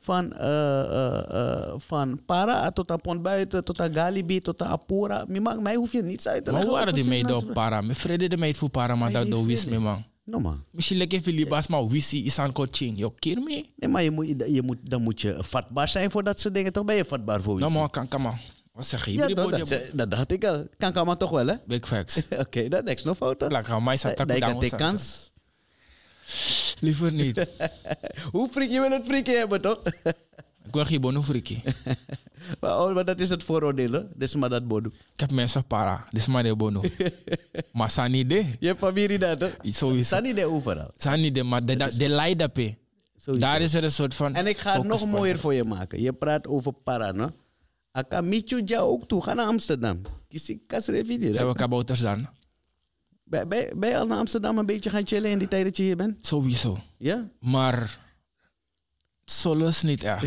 A: van, eh, eh, eh, van para tot aan pont buiten, tot aan galibi, tot aan apura. Mijn man, mij hoef je niets uit te
B: Maar
A: leggen.
B: hoe waren die
A: over
B: meiden op
A: Surinaamse-
B: para? Mijn vrede de meid voor para, maar
A: Zij
B: dat
A: die
B: de wist
A: vrede.
B: me man.
A: No man.
B: Misschien lekker Filibas, maar wisi is aan coaching. Je keer me?
A: Nee, maar je moet, je moet, dan moet je vatbaar zijn voor dat soort dingen. Toch ben je vatbaar voor iets.
B: Nou man, kan, kan man. Wat zeg je?
A: ja,
B: Ibrahim
A: dat,
B: Bojabo.
A: dat, dat dacht ik al. Kan kan maar toch wel, hè?
B: Big facts. Lah,
A: Oké, dat niks nog fouten.
B: Plak aan mij zat
A: Nee,
B: dat
A: nee, ik had
B: goed
A: de
B: aan ons.
A: kans.
B: Liever niet.
A: Hoe freak je wil het freaky hebben, toch?
B: Ik wil geen bono freaky.
A: maar, oh, maar dat is het vooroordeel, hè? Dus maar dat bodo.
B: Ik heb mensen para. Dit is maar de bono. Maar zijn niet de.
A: Je hebt familie daar, toch?
B: Iets sowieso.
A: Staan niet daar overal.
B: Zijn niet de, maar de, de, de leider pe.
A: Sowieso.
B: Daar is er een soort van.
A: En ik ga het nog
B: focuspunt.
A: mooier voor je maken. Je praat over para, no? Ik kan Michu ja ook toe. Ga naar Amsterdam. Kies ik kasrevier.
B: Zijn we kabouters dan?
A: Ben ben- ben je al naar Amsterdam een beetje gaan chillen in die tijd dat je hier bent?
B: Sowieso.
A: Ja?
B: Maar. Solos niet echt.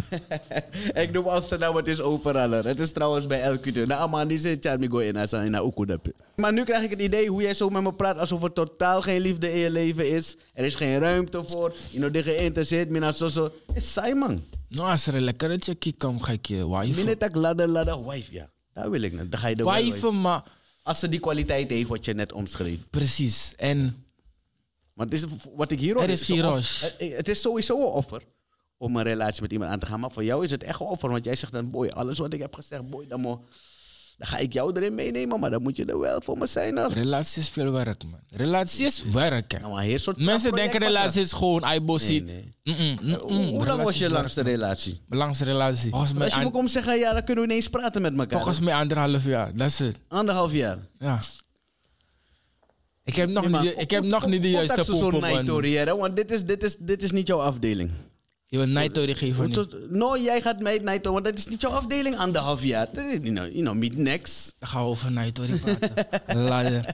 A: ik noem Amsterdam, het is overal. hè. Het is trouwens bij elke deur. Nou, man, die zit Charmigo in Asa in Oekudap. Maar nu krijg ik het idee hoe jij zo met me praat alsof er totaal geen liefde in je leven is. Er is geen ruimte voor. Je bent niet geïnteresseerd. Mina Soso. Is saai, man.
B: nou, als er een lekkere checkie komt, ga ik eh, je wijven.
A: Minet tak ladder, ladder, wife, ja. Daar wil ik naar. Dan ga je de wife.
B: Wijven, maar.
A: Als ze die kwaliteit heeft wat je net omschreef.
B: Precies. En.
A: Want het is, wat ik hierop...
B: Er is geen rush.
A: Het is sowieso een offer om een relatie met iemand aan te gaan. Maar voor jou is het echt een offer. Want jij zegt dan, boy, alles wat ik heb gezegd, boy, dan, mo- dan ga ik jou erin meenemen. Maar dan moet je er wel voor me zijn. hoor.
B: Relatie is veel werk, man. Relatie is
A: Nou,
B: werken.
A: maar heer, soort
B: Mensen denken Mm,
A: projectpartner.
B: relatie is gewoon
A: Nee,
B: eyeballie.
A: nee.
B: nee.
A: Hoe lang was je langste relatie?
B: Langs relatie. Volgens mij,
A: Als je me
B: aan-
A: komt zeggen, ja, dan kunnen we ineens praten met elkaar.
B: volgens mij anderhalf jaar. Dat is het.
A: Anderhalf jaar.
B: Ja. Ik heb nog,
A: Nee, maar
B: niet, de- ik heb nog niet de juiste
A: Contact zo'n
B: poep op
A: night, hoor,
B: een...
A: hier, hè, Want dit is, dit, is, dit is niet jouw afdeling.
B: Je wil Naito die geven niet.
A: Tot- no, jij gaat mee naar toe, want dat is niet jouw afdeling anderhalf jaar. Dat is- You know, you know, meet next.
B: Dan gaan we over Naito die praten.
A: eh,
B: Later.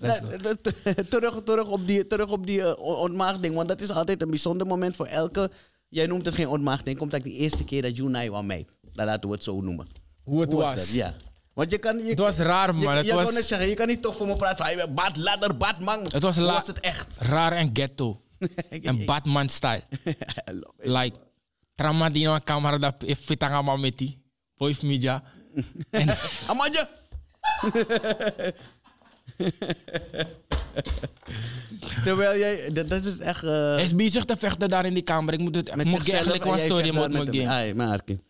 B: Let's go.
A: Nou, dat- dat- terug, terug op die, terug op die eh, on- ontmaagding, want dat is altijd een bijzonder moment voor elke... Jij noemt het geen ontmaagding, komt eigenlijk de eerste keer dat Junai wou mee. Dan laten we het zo noemen.
B: Hoe het was.
A: dat? Ja. Want je kan... Je,
B: Het was raar,
A: je,
B: man.
A: je
B: Het
A: kan net
B: was
A: zeggen, je kan niet toch voor me praten van... "Hey, Bad ladder, bad man.
B: Het was
A: Hoe
B: la-
A: was het echt?
B: raar en ghetto. En Batman-style. Like, trauma die nou camera dat if fit aan allemaal met die. Boys media. En
A: Amandje! Terwijl jij, dat, dat is echt. eh,
B: hij is bezig te vechten daar in die kamer. Ik moet het...
A: met
B: moet ik
A: zichzelf
B: eigenlijk
A: en
B: een
A: jij
B: story
A: vecht daar
B: moet me
A: met hem.
B: geven.
A: Ai, maar Arkie.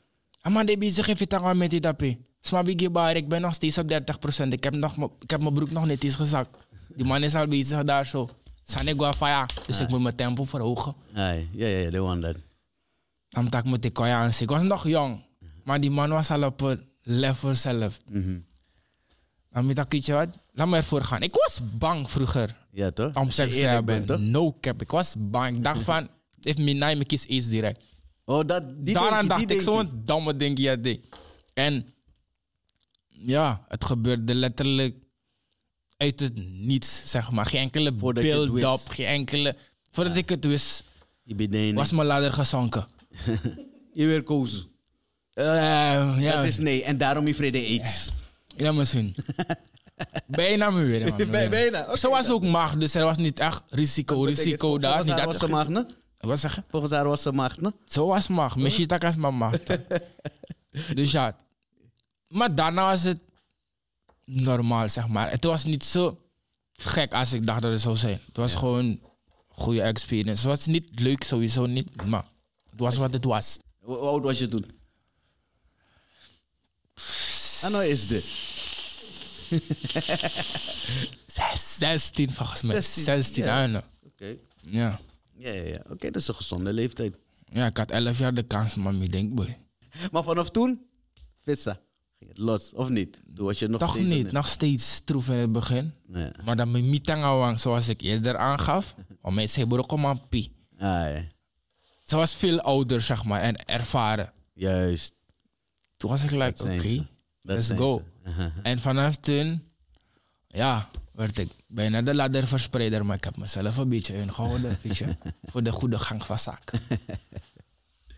B: Amanda bezig heeft het aan met die dappie. Smabi gebaar, ik ben nog steeds op 30%. Ik heb, nog, m- ik heb mijn broek nog net eens gezakt. Die man is al bezig daar zo. Sanegua faya. Dus ik moet mijn tempo verhogen.
A: Ai, ja, ja, ja, de one that.
B: Dan tak moet ik koya aan. Ik was nog jong. Maar die man was al op een level zelf.
A: Mhm.
B: Dan moet ik weet je wat. Laat me ervoor gaan. Ik was bang vroeger.
A: Ja, toch?
B: Om
A: Als je
B: seks te
A: eerlijk bent, toch?
B: hebben. No cap. Ik was bang. Ik dacht van... If me naam, ik kies iets direct.
A: Oh, dat, die
B: Daaraan
A: denk je,
B: dacht
A: die
B: ik,
A: denk je.
B: zo'n domme ding, ja, ding. En ja, het gebeurde letterlijk uit het niets, zeg maar. Geen enkele
A: Voordat je het
B: build-up,
A: wist.
B: geen enkele... Voordat ik het wist,
A: Je beneden.
B: was mijn ladder gezonken.
A: Je weer kozen.
B: Eh, ja,
A: Dat is nee, en daarom je vrede aids.
B: ja, misschien. Bijna me weer, man.
A: Bij- bijna, oké,
B: Ze was ook maag, dus er was niet echt risico, risico daar.
A: Volgens
B: Niet
A: haar
B: dat
A: was ze macht, ne?
B: Wat zeg je?
A: Volgens haar was ze macht, ne?
B: Zoals mag. Misschien dat als maar mag. dus ja. Maar daarna was het normaal, zeg maar. Het was niet zo gek als ik dacht dat het zou zijn. Het was gewoon een goede experience. Het was niet leuk, sowieso niet. Maar het was wat het was.
A: Hoe hoe oud was je toen? Ah, nou is dit.
B: Zes- 16 volgens mij.
A: 16,
B: 16,
A: ja.
B: I don't know.
A: Oké.
B: Ja.
A: Ja, ja, ja. Oké, dat is een gezonde leeftijd.
B: Ja, ik had 11 jaar de kans, man. Ik denk, boy.
A: Maar vanaf toen, vissa. Ging het los, of niet? Toen was je nog
B: Toch
A: steeds...
B: niet. nou. Nog steeds stroef in het begin.
A: Nee.
B: Maar dan mijn mitangawang, zoals ik eerder aangaf. Om mij zei, bro, kom aan, pie.
A: Ah, ja.
B: Ze was veel ouder, zeg maar, en ervaren.
A: Juist.
B: Toen was ik like,
A: zijn
B: oké,
A: ze. Dat
B: let's
A: zijn
B: go.
A: ze. Aha.
B: En vanaf toen, ja, werd ik bijna de ladderverspreider, maar ik heb mezelf een beetje ingehouden, weet je. Voor de goede gang van zaken.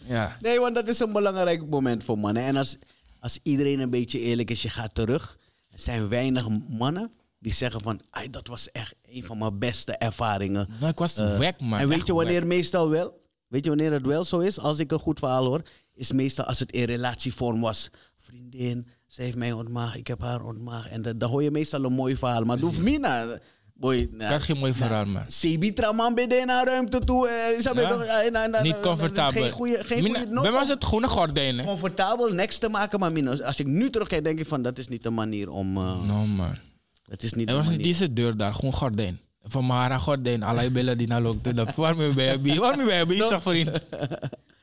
B: Ja.
A: Nee, want dat is een belangrijk moment voor mannen. En als, als iedereen een beetje eerlijk is, je gaat terug. Er zijn weinig mannen die zeggen van... "Ai, dat was echt een van mijn beste ervaringen.
B: Nou, ik was
A: Eh,
B: weg, man.
A: en weet
B: Echt
A: je wanneer
B: wack.
A: meestal wel? Weet je wanneer het wel zo is? Als ik een goed verhaal hoor, is meestal als het in relatievorm was. Vriendin, zij heeft mij ontmaagd, ik heb haar ontmaagd. En dat- dan hoor je meestal een mooi verhaal. Maar doe me na. Boy,
B: Ik had geen mooi verhaal, man.
A: Sebi Traman bede naar ruimte toe. eh, Isabel,
B: Ja?
A: eh, eh, na- na-
B: Niet
A: na-
B: comfortabel.
A: Geen goede, geen
B: Mina-
A: goede
B: Bij mij is het gewoon een gordijn, hè.
A: comfortabel niks te maken, maar minus. Als ik nu terugkijk, denk ik van dat is niet de manier om. eh,
B: No, man.
A: dat is niet
B: Er
A: de
B: Mm. was
A: manier.
B: niet deze deur daar, gewoon gordijn. Van Mara gordijn, alai bella die naar loopt. Dat- Waarmee ben je bezig? Waarmee ben je bezig, vriend?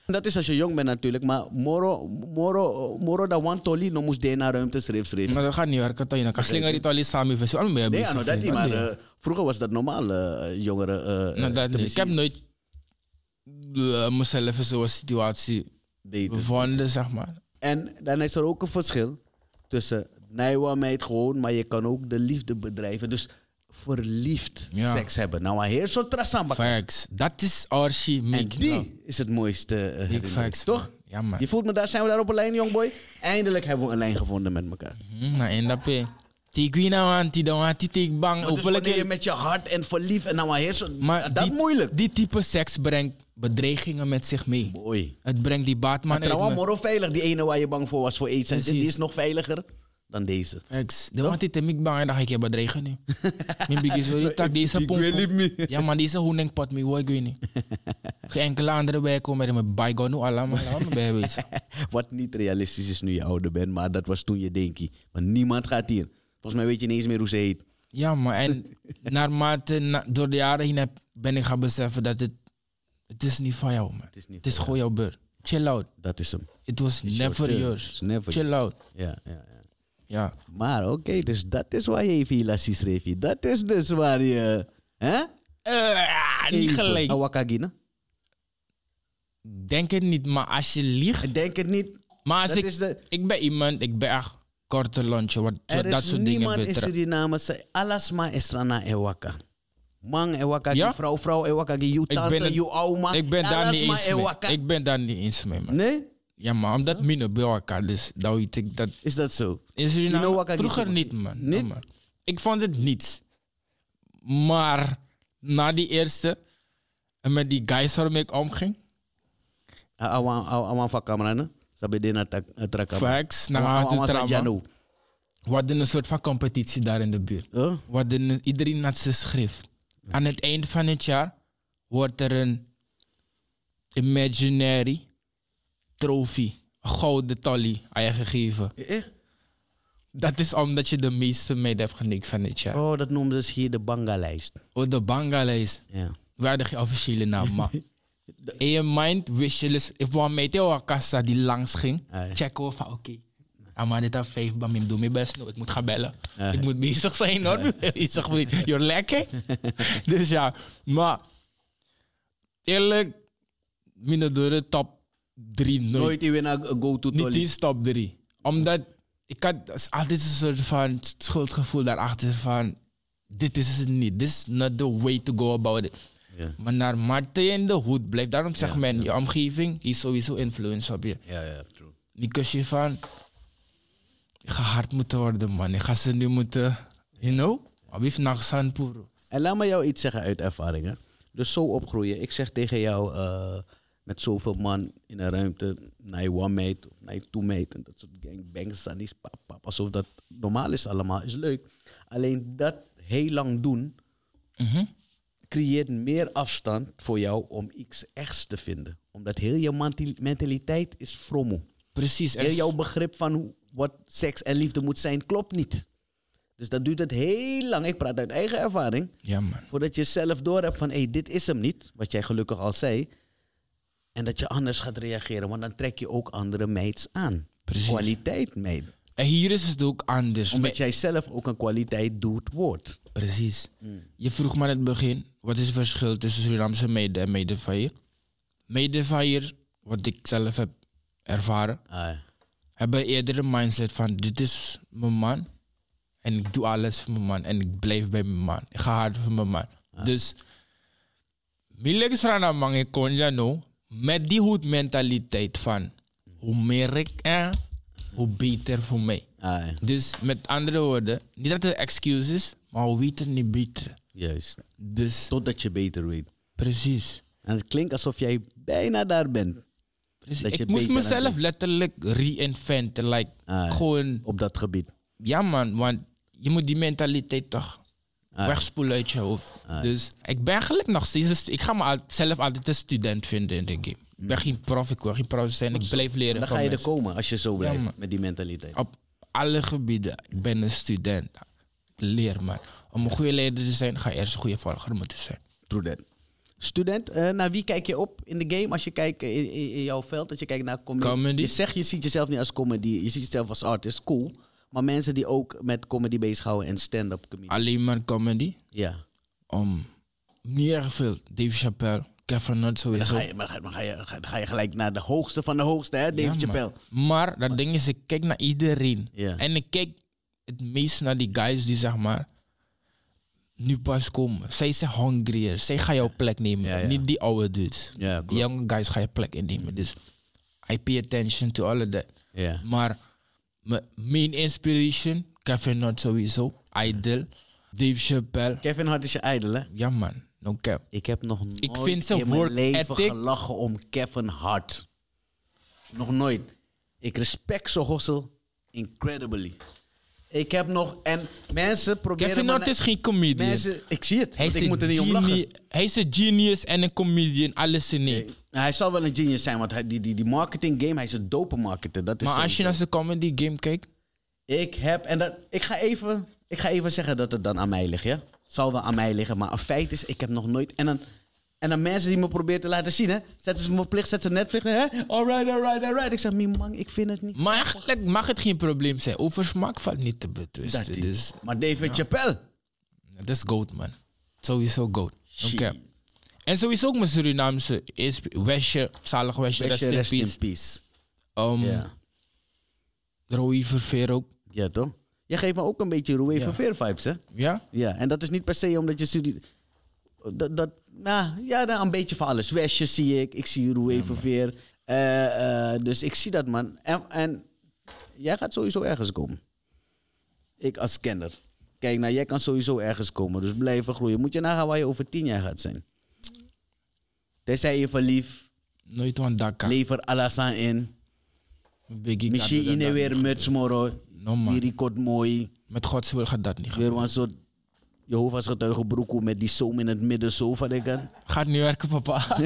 A: Dat is als je jong bent natuurlijk, maar moro, moro, moro da wan toli no moest de naar ruimte schreef schreef.
B: Maar dat gaat niet werken, Tojina. Ik slinger die toilet samen versie. Waarom ben je
A: Nee,
B: bezig?
A: ja, nou, dat niet,
B: vriend?
A: maar
B: Ah, Nee.
A: eh, vroeger was dat normaal, eh, jongeren. eh,
B: Nou,
A: eh,
B: dat
A: te
B: niet. Ik heb nooit eh, mezelf in zo'n situatie
A: daten.
B: bevonden, zeg maar.
A: En dan is er ook een verschil tussen Nijwa meid gewoon, maar je kan ook de liefde bedrijven. Dus verliefd
B: Ja.
A: seks hebben. Nou, maar heer zo trasamba.
B: Facts. Dat is Archie
A: En
B: Meek. Nou,
A: die is het mooiste. eh,
B: Ik
A: herinnering,
B: facts.
A: toch?
B: Ja, man.
A: Je voelt me daar, zijn we daar op een lijn, jongboy? Eindelijk hebben we een lijn gevonden met elkaar.
B: Hm, Nou, en dat pe. Tiguina want die dan want die tik bang.
A: Dus wanneer je
B: Hopelijk.
A: met je hart en verliefd en nou maar heerst,
B: Maar
A: dat
B: die-
A: moeilijk.
B: Die type seks brengt bedreigingen met zich mee.
A: Boy.
B: Het brengt die baatman uit
A: Trouwens,
B: me.
A: moro veilig. Die ene waar je bang voor was voor aids. En dit- die
B: Precies.
A: is nog veiliger dan deze.
B: Ex, de want dit ik bang en dan ga ik je bedreigen nu. Mijn biggie sorry, tak deze
A: Ik
B: pomp.
A: wil niet meer.
B: Ja, maar deze hoending pot me, hoor ik weet niet. Geen enkele andere bij komen met mijn bygone, nu allemaal, allemaal bij wezen.
A: Wat niet realistisch is nu je ouder bent, maar dat was toen je denkie. Want niemand gaat hier. Volgens mij weet je niet eens meer hoe ze heet.
B: Ja, maar en naarmate na- door de jaren heen heb, ben ik gaan beseffen dat het, het is niet van jou, man. Het
A: is
B: is,
A: niet
B: gewoon jouw beurt. Chill out.
A: Dat is hem.
B: It was never
A: turn.
B: yours.
A: It's never
B: Chill out.
A: Ja, ja, ja.
B: Ja.
A: Maar oké, dus dat is waar je even hilasie schreef. je. Dat is dus waar je... Hè?
B: Eh, niet gelijk.
A: Awakagina.
B: Denk het niet, maar als je liegt.
A: Denk het niet.
B: Maar als
A: dat
B: ik,
A: is de-
B: ik ben iemand, ik ben echt korte lontje, wat zo-
A: Er
B: dat
A: is
B: soort dingen
A: niemand in
B: betreft.
A: Suriname. Ze, alles maar is rana en waka. Man en waka,
B: Ja?
A: vrouw, vrouw en waka, je
B: Ik ben,
A: tante,
B: het-
A: je oma.
B: ik ben daar
A: alles
B: niet
A: maar
B: eens
A: en
B: mee.
A: waka.
B: Ik ben daar niet eens mee, man.
A: Nee?
B: Ja, maar omdat minder bij elkaar, dus dat weet ik dat.
A: Is dat zo?
B: In Suriname,
A: know what I
B: vroeger
A: get?
B: niet, man.
A: Niet?
B: Ja, man. Ik vond het niets. Maar na die eerste, en met die guys waarmee ik omging,
A: Awan van camera, ne? eh? Sabi de na tak- eh, trak-
B: facts, naar
A: Awan-
B: haar
A: awan
B: toe
A: sa
B: trappen.
A: Jano.
B: We hadden een soort van competitie daar in de buurt.
A: Huh?
B: We hadden- iedereen had zijn schrift. Aan het eind van het jaar wordt er een imaginary trofee, een gouden tolly aan je gegeven.
A: Eh, eh.
B: Dat is omdat je de meeste meid hebt genikt van dit jaar.
A: Oh, dat noemden ze hier de bangalijst.
B: Oh, de Bangalees.
A: Ja.
B: We hadden geen officiële naam, maar. In je mind wist je dus, ik wou met jou een kassa die langs ging,
A: Ah, ja.
B: checken we van oké. Ah, maar dit had vijf, bam, ik doe mijn best, nou, ik moet gaan bellen. Ik moet bezig zijn, hoor. Ik ben bezig, vriend. You're lekker. dus ja, maar eerlijk, minder door de top drie nooit
A: Nooit die winnaar eh, go-to
B: niet
A: tolly.
B: eens top 3. Omdat ik had s- altijd een soort van schuldgevoel daarachter van... Dit is het niet. This is not the way to go about it.
A: Ja.
B: Maar naarmate je in de hoed blijft... Daarom zegt men, je omgeving is sowieso influence op je.
A: Ja, ja, true.
B: Niet je van... Ik ga hard moeten worden, man. Ik ga ze nu moeten... You know? Abif naksan puro.
A: En laat me jou iets zeggen uit ervaring. Hè? Dus zo opgroeien. Ik zeg tegen jou, eh, met zoveel man in een ruimte, naar je one mate, of naar je two mate, en dat soort gangbangs, sanies, pap, pap, alsof dat normaal is allemaal, is leuk. Alleen dat heel lang doen, Mhm. creëert meer afstand voor jou om iets echts te vinden. Omdat heel je manti- mentaliteit is frommel.
B: Precies.
A: Heel
B: En
A: jouw begrip van hoe- wat seks en liefde moet zijn, klopt niet. Dus dat duurt het heel lang. Ik praat uit eigen ervaring.
B: Ja, man.
A: Voordat je zelf door hebt van, hé, hey, dit is hem niet. Wat jij gelukkig al zei. En dat je anders gaat reageren. Want dan trek je ook andere meids aan.
B: Precies.
A: Kwaliteit meid.
B: En hier is het ook anders.
A: Omdat jij zelf ook een kwaliteit doet wordt.
B: Precies.
A: Mm.
B: Je vroeg maar in het begin, wat is het verschil tussen Surinaamse mede en medevaaier? Medevaaier, wat ik zelf heb ervaren,
A: Ah,
B: hebben eerder een mindset van dit is mijn man En ik doe alles voor mijn man. En ik blijf bij mijn man. Ik ga hard voor mijn man. Dus... Milik Srana Mange Konja no. Met die hoedmentaliteit van... Hoe meer ik eh, hoe beter voor mij.
A: Ah, ja.
B: Dus met andere woorden, niet dat het een excuus is, maar we weten niet beter.
A: Juist.
B: Dus
A: Totdat je beter weet.
B: precies.
A: En het klinkt alsof jij bijna daar bent
B: precies.
A: Dat je
B: Ik moest
A: beter aan
B: mezelf
A: bent.
B: letterlijk reinventen. Like,
A: Ah, ja.
B: Gewoon,
A: op dat gebied.
B: ja man, want je moet die mentaliteit toch
A: Ah.
B: wegspoelen uit je hoofd. Dus ik ben eigenlijk nog steeds, een stu- ik ga me al- zelf altijd een student vinden in de game. Ik ben geen prof, ik wil geen prof zijn, ik blijf leren
A: Mm. Dan
B: van
A: ga je er
B: mensen.
A: komen als je zo blijft
B: man.
A: met die mentaliteit.
B: op alle gebieden. Ik ben een student. Ik leer maar. Om een goede leider te zijn, ga je eerst een goede volger moeten zijn.
A: True that. Student, eh, naar wie kijk je op in de game als je kijkt eh, in, in, in jouw veld? Als je kijkt naar comedy.
B: Comedy.
A: Je zegt, je ziet jezelf niet als comedy. Je ziet jezelf als artist, cool. Maar mensen die ook met comedy bezighouden en stand-up comedy.
B: Alleen maar comedy.
A: Ja.
B: Om niet erg veel. Dave Chappelle, Kevin Hart
A: Dan
B: sowieso.
A: ga je, maar dan ga, je, dan ga je gelijk naar de hoogste van de hoogste, hè, Dave
B: Ja, man.
A: Chappelle.
B: Maar dat ding is, ik kijk naar iedereen.
A: Ja.
B: En ik kijk het meest naar die guys die zeg maar nu pas komen. Zij zijn hungrier. Zij gaan jouw plek nemen.
A: Ja, ja.
B: Niet die oude dudes.
A: Ja, klopt.
B: die jonge guys gaan je plek innemen. Dus I pay attention to all of that.
A: Ja.
B: Maar mijn main inspiration, Kevin Hart sowieso, Idol, Dave Chappelle.
A: Kevin Hart is je idol, hè?
B: Ja man, no cap.
A: Ik heb nog nooit
B: vind zijn
A: in mijn
B: work
A: leven
B: ethic-
A: gelachen om Kevin Hart. Nog nooit. Ik respect zijn hossel incredibly. Ik heb nog... En mensen proberen...
B: Kevin
A: me
B: Hart
A: na-
B: is geen comedian.
A: Mensen, ik zie het.
B: hij,
A: want
B: is
A: ik moet er
B: een
A: niet om lachen.
B: genie, hij is een genius en een comedian, alles in één.
A: Hij zal wel een genius zijn, want hij, die, die, die marketing game, hij is een dope marketer. Dat is
B: Maar als je
A: sowieso.
B: naar zijn comedy game kijkt,
A: Ik heb, en dat, ik, ga even, ik ga even zeggen dat het dan aan mij ligt, ja? Zal wel aan mij liggen, maar een feit is, ik heb nog nooit... En dan, en dan mensen die me proberen te laten zien, hè? Zetten ze me op plicht, zetten ze Netflix, hè? Alright, alright, alright. Ik zeg, "Mie, man, ik vind het niet.
B: maar eigenlijk mag het geen probleem zijn. Over smaak valt niet te betwisten.
A: Dat die-
B: dus
A: Maar David Chappelle.
B: dat is gold man. Sowieso gold. No
A: Shit.
B: cap. En sowieso ook mijn Surinaamse insp- Wesje, zalig Wesje,
A: Rest
B: rest in peace.
A: peace.
B: Um,
A: Ja.
B: Roy Verveer ook.
A: ja, toch? Jij geeft me ook een beetje Roué van Veer vibes, hè?
B: Ja?
A: Ja, en dat is niet per se omdat je studie... Dat, dat, nou, ja, nou, een beetje van alles. Wesjes zie ik, ik zie Roué Verveer. Eh, eh, dus ik zie dat, man. En, en jij gaat sowieso ergens komen. Ik als kenner. Kijk, nou, jij kan sowieso ergens komen. Dus blijven groeien. Moet je nagaan waar je over tien jaar gaat zijn. Tenzij je verliefd,
B: Nooit aan Dakar.
A: lever Alassane in.
B: Biggie kan
A: Misschien
B: dat
A: in
B: dan
A: weer
B: niet.
A: muts moro.
B: No, man.
A: Die record mooi.
B: Met Gods wil gaat dat niet gaan.
A: Weer een soort Jehovah's getuigenbroek met die zoom in het midden. Zo van ik aan.
B: Gaat niet werken, papa.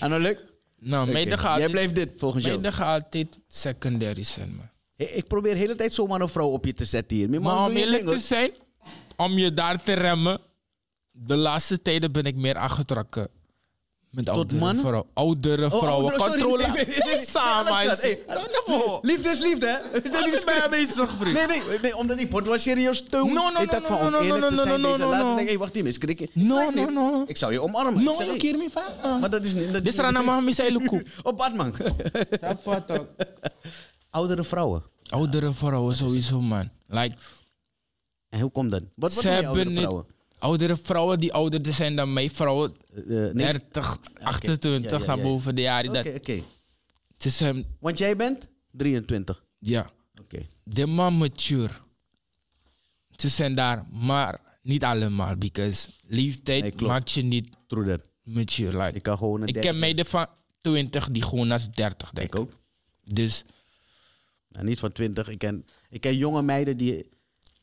A: En dan lukt.
B: nou, meiden gaat
A: Jij
B: altijd,
A: blijft dit volgens jou.
B: meiden gaan altijd secondary zijn, man.
A: Hey, ik probeer de hele tijd zomaar een vrouw op je te zetten hier.
B: Maar,
A: man,
B: om
A: doe je
B: eerlijk
A: ding,
B: te zijn, om je daar te remmen, de laatste tijden ben ik meer aangetrokken. Met oudere
A: mannen?
B: vrouwen. Oudere
A: hoor.
B: vrouwen.
A: oh, sorry,
B: Controle.
A: nee, nee, nee, nee, nee,
B: Samen.
A: alles
B: hij
A: gaat.
B: zit-
A: Hey,
B: Nou, nou, voor.
A: Liefde is liefde, hè? Dat is
B: ben je bezig, vriend.
A: Nee, nee, nee, omdat ik word wel serieus steun.
B: No, no,
A: ik dacht
B: no,
A: van,
B: no,
A: om
B: no,
A: eerlijk
B: no,
A: te
B: no,
A: zijn,
B: no,
A: deze
B: no,
A: laatste
B: no.
A: denk ik, hey, wacht even, is krikken.
B: No,
A: Snap je?
B: no, no.
A: Ik zou je omarmen.
B: No,
A: Ik zeg,
B: you
A: hey,
B: kidding me, fam?
A: Maar dat is niet... dat
B: Dit
A: is
B: is aan de mama, zei Luku.
A: niet- Op Batman.
B: Dat valt ook.
A: Oudere vrouwen.
B: Oudere vrouwen sowieso, man. Like,
A: En hoe komt dat? Wat, wat
B: ze
A: zijn oudere
B: hebben niet...
A: vrouwen?
B: Oudere vrouwen die ouder zijn dan mij, vrouwen
A: Eh, eh, nee.
B: 30, 28
A: Ja, ja, ja,
B: naar
A: ja.
B: boven de jaren.
A: Oké,
B: dat
A: oké.
B: Het is hem,
A: Want jij bent 23. Oké.
B: ja, de man mature. Ze zijn daar, maar niet allemaal. Because leeftijd
A: Nee, klopt.
B: maakt je niet
A: True that.
B: mature. Like.
A: Ik kan gewoon een
B: Ik
A: dertig-
B: ken meiden van 20 die gewoon als 30
A: Ik
B: denken.
A: ook.
B: Dus
A: Nou, niet van 20. Ik ken, ik ken jonge meiden die,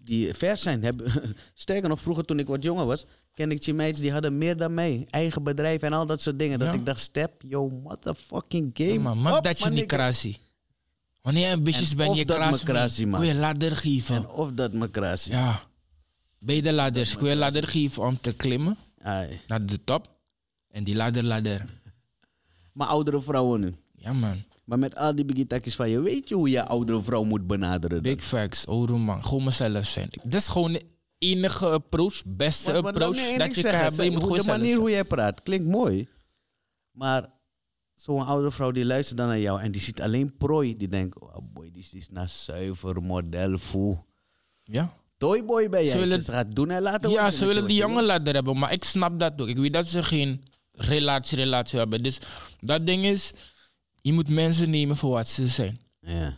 A: die vers zijn. Hebben, sterker nog, vroeger toen ik wat jonger was, kende ik die meiden die hadden meer dan mij. Eigen bedrijf en al dat soort dingen. Dat
B: Ja.
A: ik dacht, step yo motherfucking
B: ja,
A: game.
B: maar maak
A: op,
B: dat je
A: man,
B: niet
A: ik-
B: krasie. Wanneer je een bitches
A: En
B: bent,
A: of
B: je
A: dat me
B: krasie.
A: krasie maakt.
B: Wil je ladder geven.
A: En of dat me krasie.
B: Ja. Beide ladders. Ik wil ladder geven om te klimmen
A: Ai.
B: naar de top. En die ladder, ladder.
A: Maar oudere vrouwen nu.
B: Ja, man.
A: Maar met al die bigitakjes van je, weet je hoe je oudere vrouw moet benaderen? dan?
B: Big facts. Oh, man. Gewoon mezelf zijn. Dit is gewoon de enige approach, beste
A: Maar- maar laat
B: approach
A: me één
B: dat
A: ding
B: je kan
A: zeggen.
B: hebben. Je moet
A: Hoe-
B: gewoon
A: De
B: zelf
A: manier
B: zijn.
A: hoe jij praat klinkt mooi. Maar zo'n oude vrouw die luistert dan naar jou en die ziet alleen prooi. Die denkt, oh boy, dit is naar zuiver nou model fool.
B: Ja.
A: Toyboy ben jij.
B: Ze
A: Ze
B: willen-
A: gaat doen en laten
B: Ja,
A: weten
B: ze
A: met
B: willen
A: je
B: die
A: wat je
B: jongen laten hebben, maar ik snap dat ook. Ik weet dat ze geen relatie, relatie hebben. Dus dat ding is, je moet mensen nemen voor wat ze zijn.
A: wil. Ja.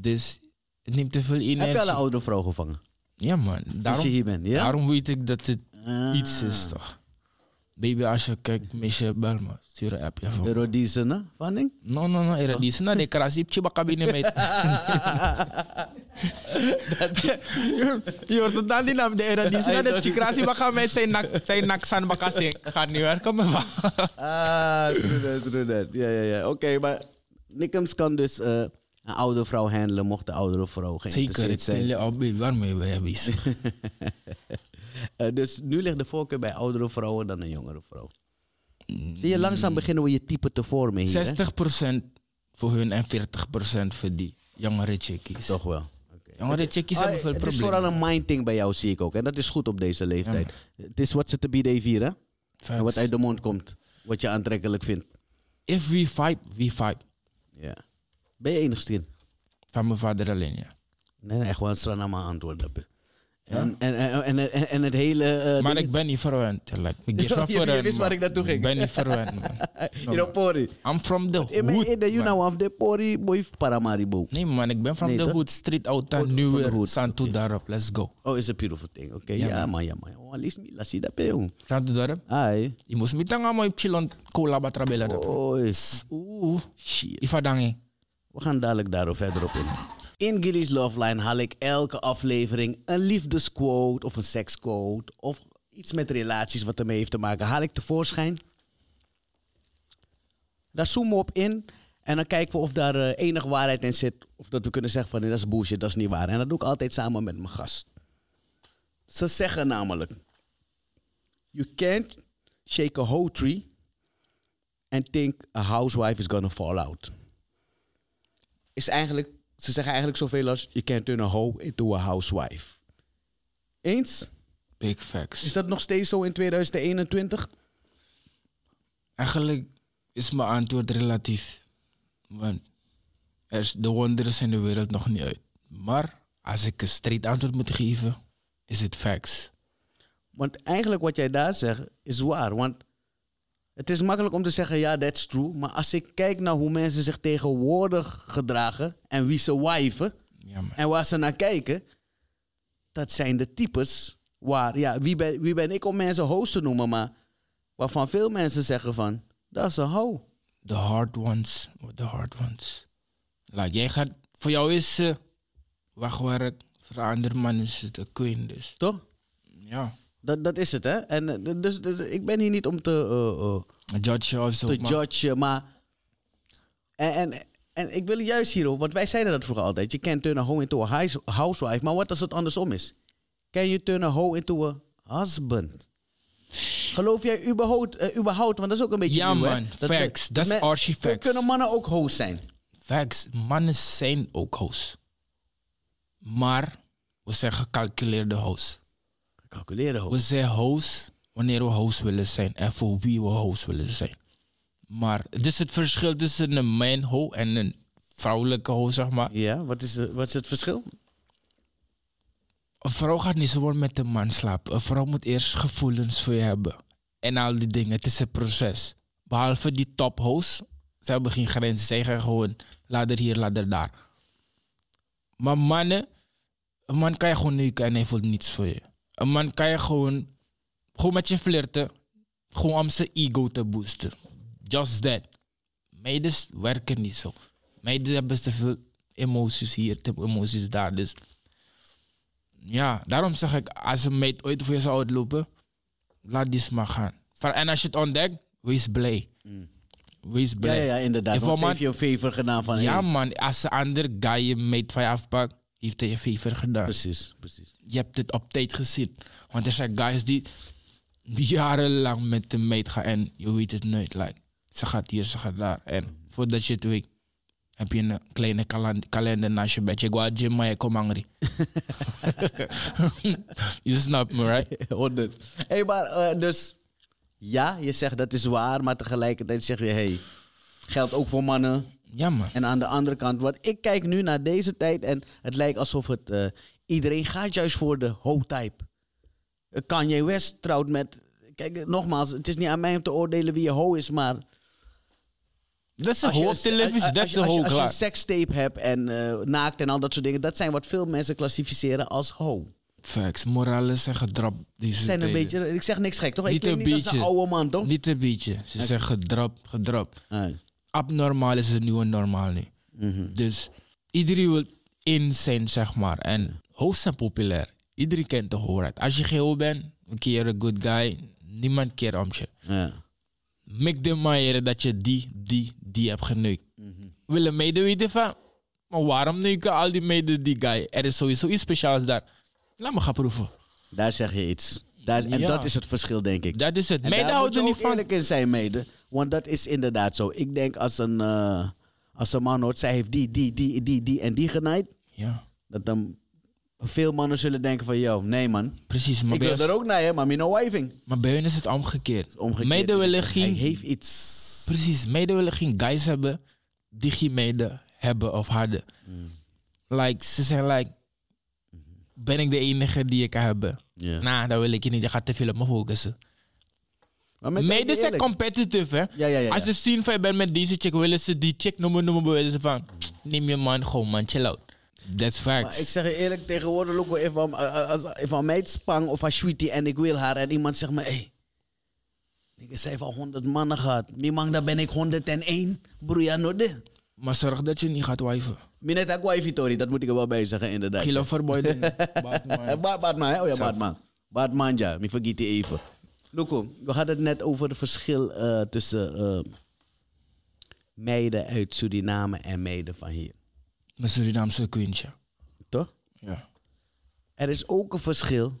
B: Dus het neemt te veel
A: Heb je al een
B: energie.
A: oude vrouw gevangen?
B: Ja man,
A: Als je
B: daarom,
A: hier bent, ja?
B: daarom weet ik dat het
A: Ah.
B: iets is toch. Baby, als je kijkt, meisje, bel me. Stuur een appje van me.
A: Erodise, hè? Van ding?
B: No, no, no, era di sana de krasi coba kabine mate. Je hoort het dan die naam de era di sana de krasi baka met zijn nak zijn nak san baka sing. Gaan nu werken me
A: Ah, true that, true that. Ja, ja, ja. Oké, maar Nickums kan dus eh, een oude vrouw handelen, mocht de oudere vrouw
B: Zeker,
A: geïnteresseerd
B: ik
A: zijn.
B: stel je al bij waarmee we hebben is.
A: Eh, dus nu ligt de voorkeur bij oudere vrouwen dan een jongere vrouw. Zie je, langzaam beginnen we je type te vormen hier, hè?
B: 60% voor hun en 40% voor die jongere chickies.
A: Toch wel. Oké.
B: Jongere chickies
A: Ah,
B: hebben veel
A: het is
B: problemen.
A: vooral een mind thing bij jou, zie ik ook. En dat is goed op deze leeftijd. Het is wat ze te bieden heeft hier, hè? En wat uit de mond komt. Wat je aantrekkelijk vindt.
B: If we fight, we fight.
A: Ja. Ben je enigszins?
B: Van mijn vader alleen, ja.
A: Nee, nee, echt wel een Sranama antwoord heb je. En, en, en, en, en, en het hele... eh,
B: Maar
A: ding
B: ik ben niet verwend. Like, ik
A: Je-
B: is wel
A: je
B: verwend,
A: wist waar
B: man.
A: ik naartoe ging.
B: Ik ben niet verwend, man.
A: is- You know, pori.
B: I'm from the
A: Eh, In mijn
B: hood.
A: ede, you
B: man.
A: know, af de pori, boy, paramaribo.
B: Nee man, ik ben from
A: Nee,
B: the
A: toch?
B: hood, street out and
A: Hood,
B: new
A: van de hood,
B: Santo Dorp, let's go.
A: Oh, it's a beautiful thing. Oké,
B: Ja,
A: ja, man, ja, man. Oh, lees me, laat zien dat peon.
B: Santo Dorp,
A: Ai.
B: je moest met een mooi chillon cola batrabella dat.
A: Oh, is-
B: Oeh,
A: shit.
B: ifadangi.
A: We gaan dadelijk daarop verder op in. In Gilly's Love Line haal ik elke aflevering een liefdesquote of een seksquote of iets met relaties wat ermee heeft te maken. Haal ik tevoorschijn. Daar zoomen we op in en dan kijken we of daar eh, enig waarheid in zit. Of dat we kunnen zeggen van nee, dat is bullshit, dat is niet waar. En dat doe ik altijd samen met mijn gast. Ze zeggen namelijk: You can't shake a whole tree and think a housewife is gonna fall out is eigenlijk, ze zeggen eigenlijk zoveel als je can't turn a hoe into a housewife. Eens?
B: Big facts.
A: Is dat nog steeds zo in 2021?
B: Eigenlijk is mijn antwoord relatief. Want er is de wonderen zijn de wereld nog niet uit. Maar als ik een street antwoord moet geven, is het facts.
A: Want eigenlijk wat jij daar zegt is waar. Want het is makkelijk om te zeggen, ja, that's true. Maar als ik kijk naar hoe mensen zich tegenwoordig gedragen en wie ze wijven
B: Ja, man.
A: en waar ze naar kijken, dat zijn de types waar, ja, wie ben, wie ben ik om mensen hoos te noemen, maar waarvan veel mensen zeggen van, dat is een hoe.
B: The hard ones, with the hard ones. Like, jij gaat, voor jou is ze wachtwerk, voor een ander man is het een queen, dus
A: Toch?
B: ja.
A: Dat, dat is het, hè? En, eh, d- dus, dus ik ben hier niet om te, eh, eh,
B: Judge je also,
A: te
B: maar
A: judgen, maar... En, en, en ik wil juist hierop, want wij zeiden dat vroeger altijd. Je can turn a hoe into a hous- housewife, maar wat als het andersom is? Can you turn a hoe into a husband? Geloof jij überhaupt, eh, überhaupt want dat is ook een beetje
B: Ja,
A: nieuw, hè?
B: man, facts. Dat is
A: me-
B: archie facts.
A: Kunnen mannen ook hoos zijn?
B: facts, mannen zijn ook hoes. Maar we zijn gecalculeerde hoes.
A: Calculeren
B: We
A: hoos.
B: zijn hoes wanneer we hoes willen zijn en voor wie we hoes willen zijn. Maar het is het verschil tussen een man hoe en een vrouwelijke hoe, zeg maar.
A: Ja, wat is, de- wat is het verschil?
B: Een vrouw gaat niet zomaar met een man slapen. Een vrouw moet eerst gevoelens voor je hebben. En al die dingen. Het is een proces. Behalve die tophoes. Ze hebben geen grenzen. Zij gaan gewoon ladder hier, ladder daar. Maar mannen... Een man kan je gewoon neuken en hij voelt niets voor je. Een man kan je gewoon... Gewoon met je flirten. Gewoon om zijn ego te boosten. Just that. Meiden werken niet zo. Meiden hebben te veel emoties hier, te veel emoties daar. Dus ja, daarom zeg ik, als een meid ooit voor je zou uitlopen, laat die maar gaan. Van- En als je het ontdekt, wees blij. Wees
A: Ja,
B: blij.
A: ja, ja inderdaad.
B: En voor
A: Want ze
B: man-
A: heeft je een favor gedaan van...
B: ja,
A: hey,
B: man, als een ander guy je meid van je afpakt, heeft hij je favor gedaan.
A: Precies, precies.
B: Je hebt het op tijd gezien. Want er zijn guys die jarenlang met de meid gaan en je weet het nooit. Like, ze gaat hier, ze gaat daar. En voordat je het weet, heb je een kleine kalan- kalender naast je bed. Je gaat gym, maar je komt hangry. je snapt me, right?
A: 100. hey, maar eh, dus ja, je zegt dat is waar, maar tegelijkertijd zeg je, hey, geldt ook voor mannen.
B: Ja, man.
A: En aan de andere kant, want ik kijk nu naar deze tijd en het lijkt alsof het eh, Iedereen gaat juist voor de ho-type. Eh, Kanye West trouwt met... Kijk, eh, nogmaals, het is niet aan mij om te oordelen wie je ho is, maar...
B: Dat is een
A: als je-
B: hoop
A: als-
B: televisie,
A: als-
B: dat
A: als
B: is
A: je-
B: een
A: als je-
B: hoop
A: Als je
B: klaar.
A: een sekstape hebt en eh, naakt en al dat soort dingen... dat zijn wat veel mensen klassificeren als ho.
B: Facts, Morales en gedrap deze
A: zijn een
B: tijden.
A: beetje... Ik zeg niks gek, toch? Ik
B: Niet
A: klink
B: een
A: niet als een
B: beetje.
A: oude man, toch?
B: Niet een beetje. Ze zeggen gedrap, gedrap.
A: Nee.
B: Abnormaal is het nieuwe normaal nu.
A: Mhm.
B: Dus iedereen wil in zijn, zeg maar. En hoofd zijn populair. Iedereen kent de hoorheid. Als je geel bent, een keer een good guy. Niemand keert om je.
A: Ja.
B: Mik de manier dat je die, die, die hebt geneukt.
A: Mhm.
B: Willen mede weten van, maar waarom neuken al die mede die guy? Er is sowieso iets speciaals daar. Laat me gaan proeven.
A: Daar zeg je iets. Daar, en
B: Ja.
A: dat is het verschil, denk ik.
B: Dat is het.
A: En
B: Meiden
A: daar moet je
B: houden niet
A: ook
B: van.
A: eerlijk in zijn, mede. Want dat is inderdaad zo. Ik denk als een, eh, als een man hoort, zij heeft die, die, die, die, die en die genaaid.
B: Ja,
A: Dat dan veel mannen zullen denken van, yo, nee man.
B: precies. Maar
A: ik
B: bij
A: wil
B: ons-
A: er ook naar, hè, maar me no wiving.
B: Maar bij hun is het omgekeerd.
A: Omgekeerd.
B: Meiden willen
A: Hij
B: geen,
A: heeft iets.
B: precies, meiden willen geen guys hebben die geen meiden hebben of hadden.
A: Mm.
B: Like, ze zijn like, ben ik de enige die ik kan hebben?
A: Ja.
B: Nou, dat wil ik niet. Je gaat te veel op me focussen.
A: Maar met-
B: Meiden zijn
A: eerlijk.
B: competitive, hè?
A: Ja, ja, ja,
B: Als
A: ja.
B: ze zien van je bent met deze chick, willen ze die chick noemen, noemen, willen ze van, neem je man gewoon, man, chill out. That's
A: Maar ik
B: facts.
A: zeg je eerlijk, tegenwoordig look ik even, eh, als even aan mij spang of als sweetie en ik wil haar en iemand zegt me, hé, hey, ik zei van 100 mannen gehad. Mi man, dan ben ik 101, broeia node.
B: Maar zorg dat je niet gaat wijven.
A: Minet ook wifi Tori, dat moet ik er wel bij zeggen inderdaad.
B: Kilo voor boy doen. Baat, man.
A: Eh, Ba- Batman, hè? Oh ja, Batman. Batman, ja. Ik vergeet die even. Loco, we hadden het net over het verschil eh, tussen eh, meiden uit Suriname en meiden van hier.
B: Mijn Surinaamse queentje.
A: Toch?
B: Ja.
A: Er is ook een verschil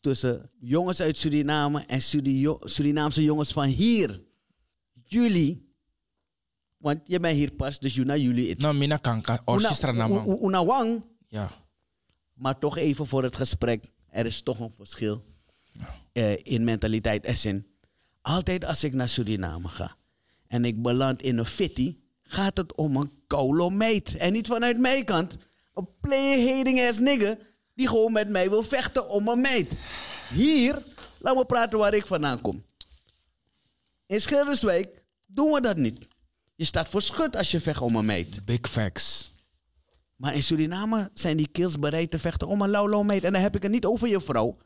A: tussen jongens uit Suriname en Surio- Surinaamse jongens van hier. Jullie, want je bent hier pas, dus je naar jullie. het.
B: Nou, mina kanka, orchestra
A: Una-
B: namang.
A: u- u- una wang,
B: Ja.
A: maar toch even voor het gesprek. Er is toch een verschil eh, in mentaliteit en zin. Altijd als ik naar Suriname ga en ik beland in een fitty, gaat het om een kolo meid. En niet vanuit mijn kant. Een player-hating ass nigger die gewoon met mij wil vechten om een meid. Hier, laat me praten waar ik vandaan kom. In Schilderswijk doen we dat niet. Je staat voor schut als je vecht om een meid.
B: Big facts.
A: Maar in Suriname zijn die kills bereid te vechten om een lauwlo meid. En dan heb ik het niet over je vrouw.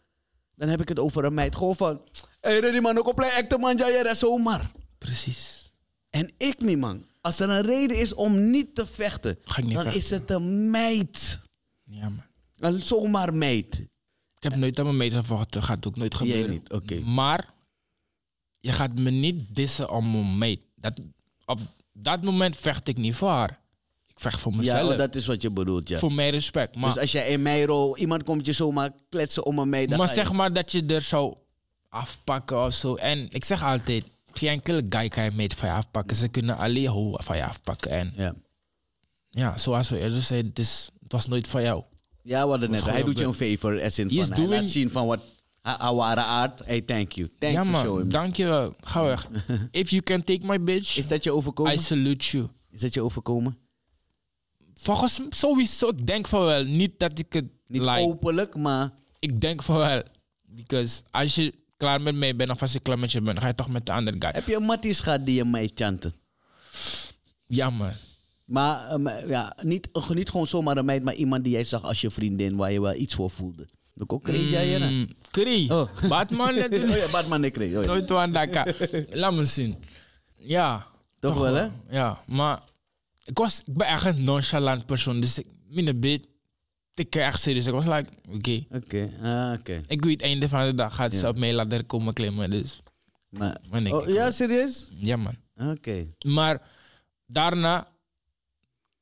A: Dan heb ik het over een meid. Gewoon van... Hé, hey, die man, ook op plek acte man, ja, ja, dat zomaar.
B: Precies.
A: En ik, mi man. Als er een reden is om niet te vechten...
B: Ga ik niet
A: dan
B: vechten.
A: is het een meid.
B: Ja, man.
A: Een zomaar meid.
B: Ik heb nooit aan mijn meter gevochten. Gaat ook nooit gebeuren.
A: niet, oké.
B: Maar je gaat me niet dissen om mijn meet. Dat, op dat moment vecht ik niet voor haar. Ik vecht voor
A: Ja,
B: mezelf.
A: oh, dat is wat je bedoelt, ja.
B: Voor mijn respect. Maar,
A: Dus als jij in mijn rol... Iemand komt je zomaar kletsen om een meid... dan
B: maar
A: ga je- Ah,
B: zeg maar dat je er zou afpakken of zo. En ik zeg altijd, geen enkele guy kan je meet van je afpakken. Ze kunnen alleen hoe van je afpakken. En
A: Ja.
B: ja, zoals we eerder zeiden, het, is, het was nooit van jou.
A: Ja, we hadden net.
B: gewoon
A: Hij doet je een
B: op
A: favor. As in
B: He is
A: van, hij laat
B: doing-
A: zien van wat... Haar ware aard. Hey, thank you. Thank
B: ja
A: you,
B: man,
A: show him.
B: dankjewel. Ga weg. If you can take my bitch,
A: Is dat je overkomen?
B: I salute you.
A: Is dat je overkomen?
B: Volgens m- sowieso, ik denk van wel. Niet dat ik het
A: Niet
B: like.
A: openlijk, maar
B: Ik denk van wel. Because als je klaar met mij bent of als ik klaar met je ben, ga je toch met de andere guy.
A: heb je een matties gehad die je mee chanten?
B: Ja man.
A: Maar eh, maar, ja, niet, eh, niet gewoon zomaar een meid, maar iemand die jij zag als je vriendin waar je wel iets voor voelde. Dat ook kreeg jij hier. hè?
B: Mm, Kri.
A: Oh.
B: Batman
A: Oh
B: natuurlijk.
A: ja, Batman ik kreeg. oh ja.
B: Nooit aan Daka. Laat me zien. Ja.
A: Toch wel, hè?
B: Ja, maar ik, was, ik ben echt een nonchalant persoon. Dus ik, mijn bit, ik kreeg echt serieus. Ik was like, oké.
A: Oké, ah, oké.
B: Ik weet het einde van de dag gaat ze op mijn ladder komen klimmen. Dus
A: Maar-
B: Maar nee,
A: Oh,
B: kijk,
A: Ja, serieus?
B: ja, man.
A: Oké.
B: Maar daarna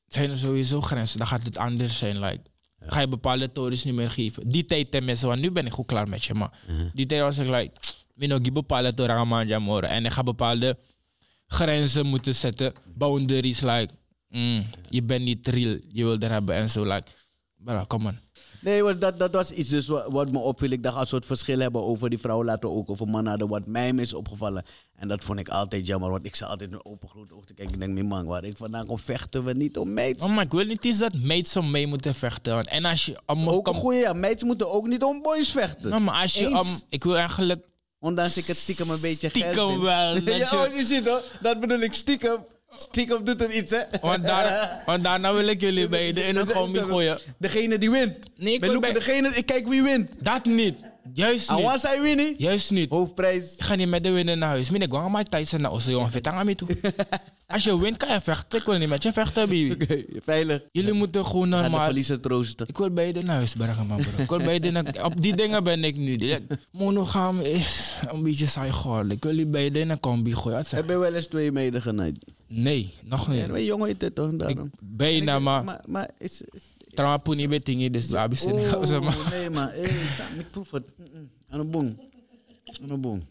B: zijn er sowieso grenzen. Dan gaat het anders zijn. Like, Ga je bepaalde torens niet meer geven. Die tijd tenminste, want nu ben ik goed klaar met je. Maar
A: Mhm.
B: die tijd was ik like, we nog die bepaalde toren aan mijn jammer. En ik ga bepaalde grenzen moeten zetten. Boundaries, like, mm, je bent niet real. Je wil er hebben en zo. Like, bro, come on.
A: Nee, want dat, dat was iets dus wat, wat me opviel. Ik dacht, als we het verschil hebben over die vrouw, laten we ook over mannen hadden. Wat mij mis opgevallen. En dat vond ik altijd jammer, want ik zat altijd met open groot oog te kijken. Ik denk, mijn man, waar ik vandaan kom, vechten we niet om meids.
B: Oh, maar ik wil niet eens dat maids om mee moeten vechten. Want en als je om
A: ook een
B: kan-
A: goeie, ja, meids moeten ook niet om boys vechten.
B: Nou, maar als je
A: Eens.
B: om- ik wil eigenlijk
A: Ondanks ik het stiekem een beetje
B: Stiekem
A: geil vind.
B: wel, dat
A: ja,
B: je-
A: oh, je ziet hoor, dat bedoel ik, stiekem. Stiekem doet er iets, hè.
B: want, daar, want daarna wil ik jullie beiden in het gommie gooien.
A: Degene die wint.
B: Nee, ik
A: We
B: wil
A: loeken
B: bij-
A: degene, ik kijk wie wint.
B: Dat niet. Juist
A: En
B: niet.
A: was hij winnie?
B: Juist niet.
A: Hoofdprijs.
B: Ik ga niet met de winnen naar huis. Meneer, ik ga maar Tyson naar Osso, jongen. Vertang aan mij toe. Als je wint, kan je vechten. Ik wil niet met je vechten, baby.
A: Oké, veilig.
B: Jullie moeten gewoon
A: Ga de
B: normaal...
A: verliezer troosten.
B: Ik wil beide naar huis brengen, man, bro. Ik wil beide naar- Op die dingen ben ik nu. Die- Monogam is een beetje saai geworden. Ik wil die beide in een combi gooien. Wat zeg
A: Heb je wel eens twee mede genaaid?
B: Nee, nog niet.
A: Ja, maar jongen heet het toch, daarom.
B: Bijna, Nou, maar...
A: Maar, maar is... is-
B: Trouwens, poenie betingi, dus daar heb ik
A: Oh, nee maar, hey, Sam, ik proef het. Mm-mm. Aan de boom. Aan de boom.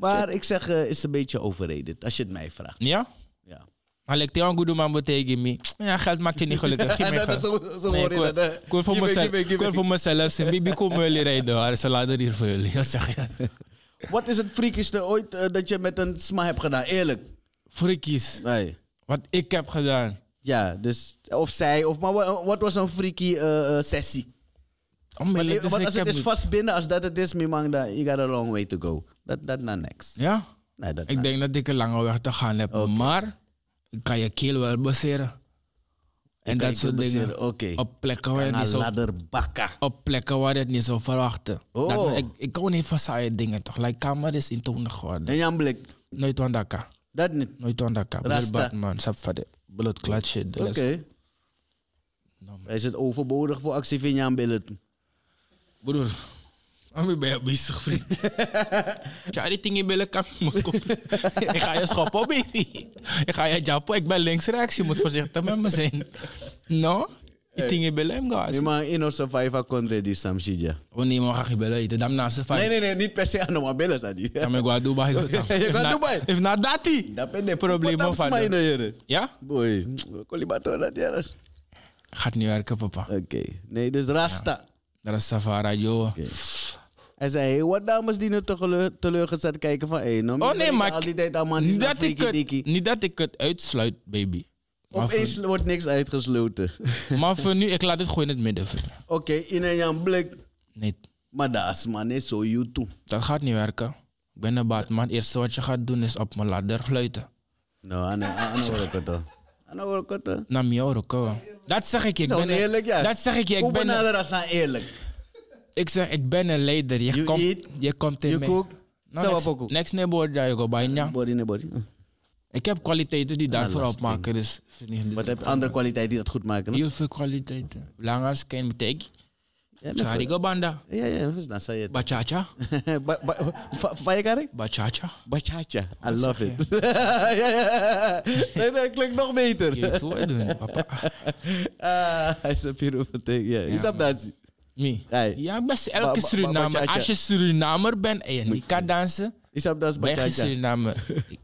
A: Maar ik zeg, eh, is een beetje overrated, als je het mij vraagt.
B: Ja?
A: Ja.
B: Maar lijkt jou een goede man betekent me. Ja, geld maakt je niet gelukkig. Geef mij
A: Dat is
B: geld.
A: zo- zo
B: Nee,
A: hoor
B: ik
A: je
B: wil-
A: dat, hè.
B: Ik wil voor
A: Give me,
B: mezelf-
A: give me, give
B: ik wil
A: me.
B: voor mezelf zijn. Bibi, kom jullie rijden hoor. Ze laten hier voor jullie. Dat zeg je.
A: Wat is het freakiste ooit eh, dat je met een sma hebt gedaan? Eerlijk.
B: Freakies.
A: Nee.
B: Wat ik heb gedaan. Oh,
A: Ja, dus of zij, of maar wa- wat was een freaky eh, eh, sessie? Eh,
B: Om
A: Want
B: eerlijk te zijn,
A: als
B: ik
A: het
B: heb
A: is
B: niet-
A: vast binnen, als dat het is, Mimangda, you got a long way to go. Dat dat na niks.
B: Ja?
A: Nee, dat na-
B: Ik denk dat ik een lange weg te gaan heb. Maar ik kan je keel wel baseren. En
A: Kijk,
B: dat soort
A: dat
B: dingen.
A: beseer- Oké.
B: Op plekken waar je
A: Na
B: niet zo
A: ladderbakka.
B: op plekken waar je het niet zou verwachten.
A: Oh.
B: Dat, ik, ik hou niet van saaie dingen toch. Like kamer is intonig geworden.
A: En Jan Blik,
B: Nooit wandaka.
A: dat niet.
B: Nooit wandaka.
A: Rasta.
B: Bloedbad man. Sap van de bloedklatje. de
A: Oké.
B: les. Nou,
A: Is het overbodig voor actie van Jan Billet?
B: Broer. Waarom ben je bezig vriend? Ja, die dingen billen kan ik moet kopen. Ik ga je schoppen baby. Ik ga je jappen. Ik ben links rechts. Je moet voorzichtig met me zijn. No? E Die dingen billen hem
A: Nee,
B: guys.
A: maar in onze survivor kon die Samshidja.
B: Oh nee man, ga je billen eten. Dan naast de vijf.
A: Nee, nee, nee, niet per se aan de billen, zei die.
B: Dan ben ik wel Dubai. Ik
A: Je gaat E Dubai.
B: If not dat die.
A: Dat ben de
B: Problemen
A: van
B: van
A: mij,
B: de-
A: jere.
B: Ja?
A: Boy, kolibator dat jere.
B: Gaat niet werken, papa.
A: Oké, nee, dus Rasta.
B: Dat is Safara, joh.
A: Hij zei, hey, wat dames die nu tegele- teleurgesteld kijken van... Hey, nou,
B: Oh nee, maar
A: Al die
B: ik-
A: tijd allemaal
B: niet,
A: niet
B: dat ik het,
A: het...
B: niet dat ik het uitsluit, baby. Maar
A: Opeens
B: voor,
A: wordt niks uitgesloten.
B: maar voor nu, ik laat het gewoon in het midden. voor nu.
A: Oké, in een jan blik.
B: Nee,
A: Maar dat is man, is zo you too.
B: dat gaat niet werken. Ik ben een baatman. Het eerste wat je gaat doen is op mijn ladder fluiten.
A: Nou, aan de horen Aan de horen kotten.
B: Naar mijn oren Dat zeg ik je. Ik
A: Zo
B: ben een-
A: eerlijk, ja.
B: Dat zeg ik je. Ik
A: Hoe
B: ben, een,
A: benaderen als aan nou eerlijk?
B: ik zeg, ik ben een leider. Je,
A: You
B: komt,
A: eat,
B: je komt in
A: Je
B: me.
A: kook.
B: Nou,
A: Zo
B: next-
A: wat ook.
B: Next neighbor, ja, je go bij, ja.
A: Body in body. Hm.
B: Ik heb kwaliteiten die daarvoor
A: lastig.
B: opmaken. Dus,
A: Wat heb je andere kwaliteit die dat goed maken? hè?
B: Heel veel kwaliteiten. Langas, kan je betekenen.
A: Ja, maar-
B: Charigo banda.
A: Ja, ja, dus dan zei je
B: Bachacha.
A: het. Ba- ba- va- va- je kari?
B: Bachacha.
A: Bachacha. I
B: zeg
A: love it. ja, ja. Nee, dat klinkt nog beter.
B: Je weet hoe wij doen, papa.
A: Ah, hij is een pyromanteek. Ja, je snapt dat.
B: Nee.
A: Hey.
B: Ja, ik ben
A: Ba-
B: elke
A: ba- ba-
B: Surinamer.
A: bachacha.
B: Als je Surinamer bent en je niet kan dansen,
A: Je snapt dat.
B: ben je geen
A: bachacha.
B: Surinamer. Ik-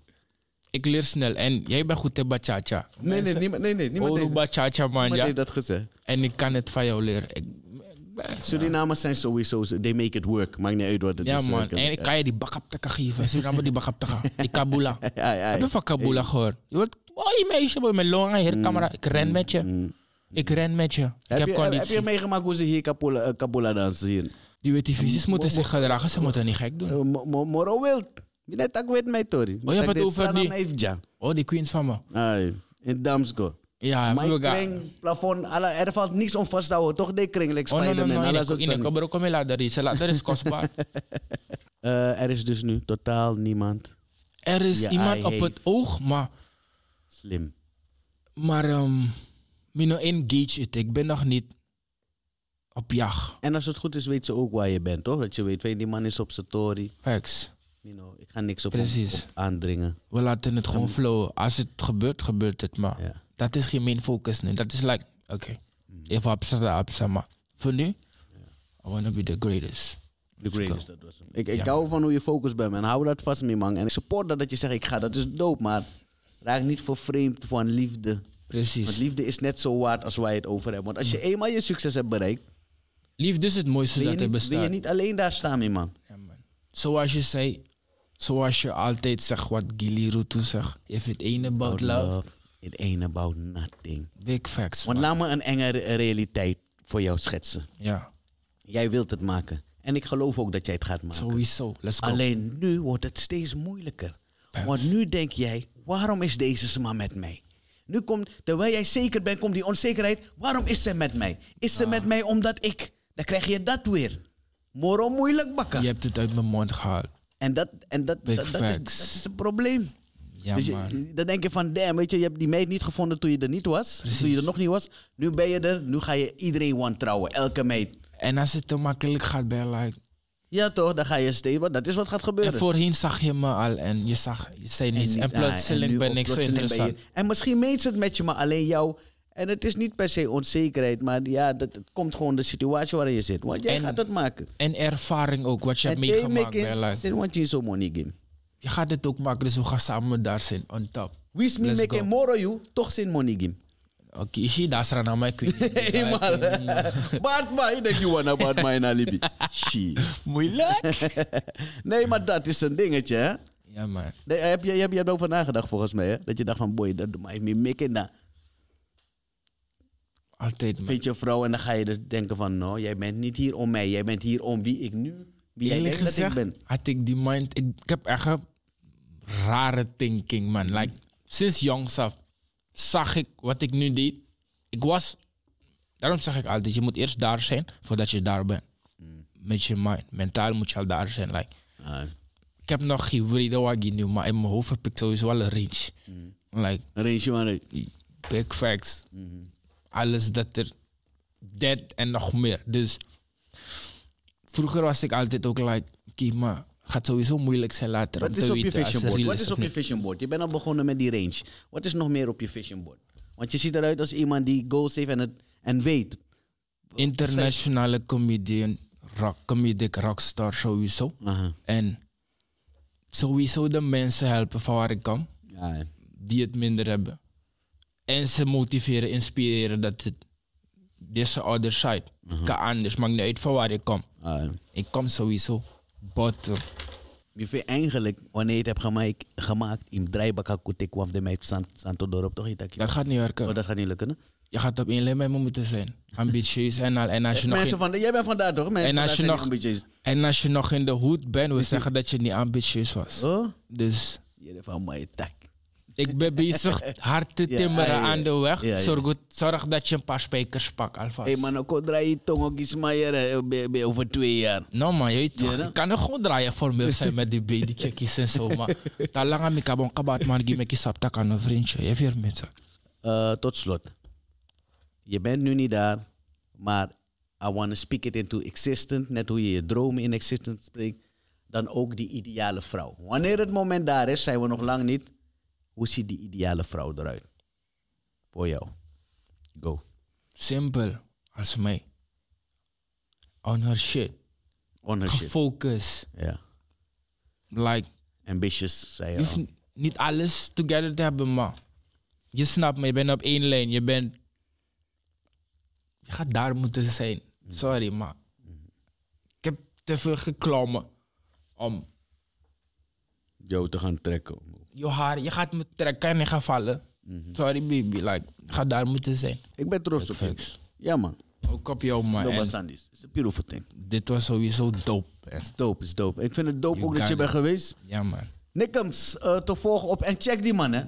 B: Ik leer snel en jij bent goed in bachacha.
A: Nee, nee, niemand, nee, nee, niemand,
B: Oru
A: heeft,
B: bachacha man,
A: niemand
B: ja.
A: heeft dat gezegd.
B: En ik kan het van jou leren. Ik, ik ben-
A: Surinamers zijn sowieso, ze- they make it work. Maakt niet uit wat het
B: ja
A: is. eh,
B: man, en ik kan je die bakaptaka geven. Surinamer die bakaptaka. Die kabula.
A: Ja, ja,
B: Heb je van kabula gehoord? Je wordt, oh meisje, boy, met longen, hier camera. Ik ren met je. Ik ren met je. Ik
A: Mm, Heb
B: heb
A: je, heb
B: conditie.
A: je meegemaakt hoe ze hier kapola, eh, kapola dansen? Hier?
B: Die weet die fysisch moeten zich gedragen, ze moeten niet gek doen.
A: Eh, mo- mo- Moro wild. Je net ook weet mij, Tori.
B: Oh, hebt het over die-
A: Even,
B: Oh, die queens van me.
A: in Damsko.
B: Ja,
A: Mijn
B: we gaan.
A: kring, plafond, alle, er valt niks om vast te houden. Toch die kring, like
B: Oh, no, no,
A: Spider-Man. Nou,
B: no, in
A: alles
B: de-
A: soort
B: in de
A: dingen.
B: kabel kom je later is. Later is kostbaar.
A: Eh, er is dus nu totaal niemand
B: Er is
A: Ja,
B: iemand
A: hij
B: op het oog, maar...
A: slim.
B: Maar, ehm... Mino engage het. Ik ben nog niet op jacht.
A: En als het goed is, weet ze ook waar je bent, toch? Dat je weet, weet die man is op zijn tory.
B: Facts.
A: You know, ik ga niks op hem
B: Precies.
A: op aandringen.
B: We laten het gewoon flowen. Als het gebeurt, gebeurt het, maar...
A: Ja. Mm.
B: Dat is geen main focus nu. Dat is like... Oké. Even abstracte abstracte, maar... Voor nu... I wanna be the greatest.
A: De greatest, dat was hem. Ik, ik
B: Ja.
A: hou van hoe je focus bent, man. Hou dat vast, mee, man. En ik support dat, dat je zegt, ik ga, dat is dope. Maar raak niet vervreemd van liefde. Want
B: Precies.
A: liefde is net zo waard als wij Hmm. het over hebben. Want als je eenmaal je succes hebt bereikt,
B: Liefde is het mooiste
A: Wil je,
B: dat er
A: niet, wil je
B: bestaat.
A: niet alleen daar staan, mee, man.
B: Ja, man. Zoals je zei, zoals je altijd zegt wat Gili Rutu zegt. If it ain't about love,
A: It ain't about nothing.
B: big facts.
A: Want
B: man.
A: laat me een enge re- realiteit voor jou schetsen.
B: Ja,
A: Jij wilt het maken. En ik geloof ook dat jij het gaat maken.
B: sowieso. Let's go.
A: Alleen nu wordt het steeds moeilijker.
B: Facts.
A: Want nu denk jij, waarom is deze man met mij? Nu komt, terwijl jij zeker bent, komt die onzekerheid. Waarom is ze met mij? Is
B: Ah.
A: ze met mij omdat ik? Dan krijg je dat weer. Moro moeilijk bakken.
B: Je hebt het uit mijn mond gehaald.
A: En dat, en dat,
B: Big
A: dat, dat is, dat
B: facts.
A: is het probleem.
B: Ja,
A: dus je-
B: man.
A: dan denk je van, damn, weet je, je hebt die meid niet gevonden toen je er niet was. Toen je er nog niet was. Nu ben je er, nu ga je iedereen wantrouwen. Elke meid.
B: En als het te makkelijk gaat, ben je like...
A: Ja toch, dan ga je steeds, want dat is wat gaat gebeuren.
B: En voorheen zag je me al en je zag, je zei
A: En
B: niets. En,
A: niet- ah,
B: plotseling
A: en nu
B: ben
A: ook
B: ik zo
A: plotseling ben je-
B: interessant.
A: en misschien meent ze het met je, maar alleen jou. En het is niet per se onzekerheid, maar ja, dat, het komt gewoon de situatie waarin je zit. Want jij
B: En-
A: gaat het maken.
B: En ervaring ook, wat je hebt
A: En they
B: meegemaakt.
A: make it-
B: ben je like,
A: Say, want je zo money game.
B: je gaat het ook maken, dus we gaan samen daar zijn, on top.
A: Wie is me
B: Let's
A: making
B: go.
A: more you, toch zijn money game.
B: Oké, is je daar aan mij? Ik weet niet.
A: Helemaal. Bad mind, denk je wanna bad mind alibi. Shit.
B: Moeilijk.
A: Nee, maar dat is een dingetje, hè.
B: Ja, man.
A: Nee, heb je, heb je erover nagedacht volgens mij, hè? Dat je dacht van, boy, dat doet mij me making na.
B: Altijd, man.
A: vind je een vrouw en dan ga je er denken van, no, jij bent niet hier om mij, jij bent hier om wie ik nu, wie jij
B: Eerlijk
A: denkt dat ik
B: gezegd
A: ben.
B: had ik die mind... Ik, ik heb echt een rare thinking, man. Like, sinds jongs af zag ik wat ik nu deed. Ik was... Daarom zeg ik altijd, je moet eerst daar zijn voordat je daar bent.
A: Mm.
B: Met je mind. Mentaal moet je al daar zijn. Like, ik heb nog geen reden waar ik nu, maar in mijn hoofd heb ik sowieso wel een range.
A: Mm.
B: Like,
A: Range man,
B: eh,
A: range.
B: big facts. Alles dat er. Dat en nog meer. Dus vroeger was ik altijd ook like, oké, maar het gaat sowieso moeilijk zijn later. om
A: Wat
B: te
A: is op je
B: weten als
A: vision
B: het
A: board?
B: real
A: Wat is
B: of
A: op je
B: niet.
A: vision board? Je bent al begonnen met die range. Wat is nog meer op je vision board? Want je ziet eruit als iemand die goals heeft en, het, en weet.
B: Internationale comedian, rock, comedic rockstar sowieso.
A: Aha.
B: En sowieso de mensen helpen van waar ik kom,
A: Ja, ja.
B: die het minder hebben. En ze motiveren, inspireren dat het. Deze other side.
A: Mhm.
B: Kan anders, maakt niet uit van waar ik kom.
A: Ja, ja.
B: Ik kom sowieso eh, bottom.
A: Je vindt eigenlijk, wanneer je het hebt gemaakt, gemaakt in Draibaka Kutik of de meid Sant- Santo Dorp, toch? Je dacht,
B: Dat gaat niet werken.
A: Oh, dat gaat niet lukken. hè?
B: Je gaat op één lijn met me moeten zijn. Ambitieus en al. En als je, nog
A: Eh, Mensen
B: in,
A: van, jij bent vandaar toch? Mensen
B: en
A: vandaar
B: als je,
A: zijn
B: nog,
A: een beetje...
B: en als je nog in de hoed bent, we zeggen dat je niet ambitieus was.
A: Oh,
B: Dus
A: je bent van mijn tak.
B: ik ben bezig hard te
A: Ja,
B: timmeren
A: ja, ja.
B: aan de weg.
A: Ja, ja.
B: Zorg, goed- zorg dat je een paar spijkers pakt alvast.
A: Hé hey man, ook al draai je tong ook iets maar eh, bij- bij over twee jaar.
B: Nou man, je weet toch,
A: Ja, dan-
B: ik kan er gewoon draaien formeel zijn met die babycheckies en zo. Maar daar lang aan mijn kabat man, die me kisapta kan een vriendje. Je weer met ze.
A: Eh, tot slot. Je bent nu niet daar, maar I want to speak it into existence. Net hoe je je dromen in existence spreekt. Dan ook die ideale vrouw. Wanneer het moment daar is, zijn we nog lang niet. Hoe ziet die ideale vrouw eruit? Voor jou. Go.
B: Simpel als mij. On her shit.
A: On her shit.
B: Gefocust.
A: Ja.
B: Like,
A: Ambitious, zei je
B: Je hoeft
A: al.
B: n- niet alles together te hebben, maar je snapt me, je bent op één lijn. Je bent. Je gaat daar moeten zijn.
A: Mhm.
B: Sorry, maar. Ik heb te veel geklommen om.
A: Jou te gaan trekken.
B: Je, haar, je gaat me trekken en ik ga vallen.
A: Mhm.
B: Sorry, baby. Like, je gaat daar moeten zijn.
A: Ik ben trots op je.
B: Facts.
A: Ja man.
B: Ook op jou, man.
A: Loba
B: En
A: Sandis. It's a beautiful thing.
B: dit was sowieso dope. En-
A: Dope is dope. Ik vind het dope
B: You
A: ook dat
B: got
A: je
B: it.
A: bent geweest.
B: Ja, man.
A: Nickums eh, te volgen op. En check die man, hè.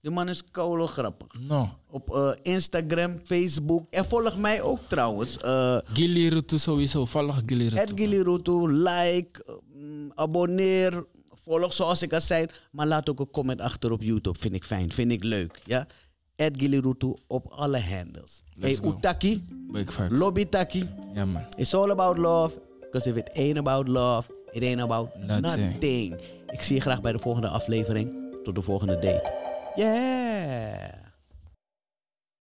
A: Die man is koude grappig.
B: No.
A: Op eh, Instagram, Facebook. En volg mij ook trouwens. eh
B: Gilly Rutu sowieso. Volg Gilly Rutu.
A: Ed Gilly Ruto, like, mm, abonneer, volg zoals ik al zei. Maar laat ook een comment achter op YouTube. Vind ik fijn, vind ik leuk. Ja? Ed Gilly Ruto op alle handles. Hey,
B: Let's go.
A: Utaki,
B: Big facts.
A: Lobby Taki.
B: Ja, Ya, man.
A: It's all about love. Because if it ain't about love, it ain't about
B: Nothing.
A: nothing. Ik zie je graag bij de volgende aflevering. Tot de volgende date. Yeah!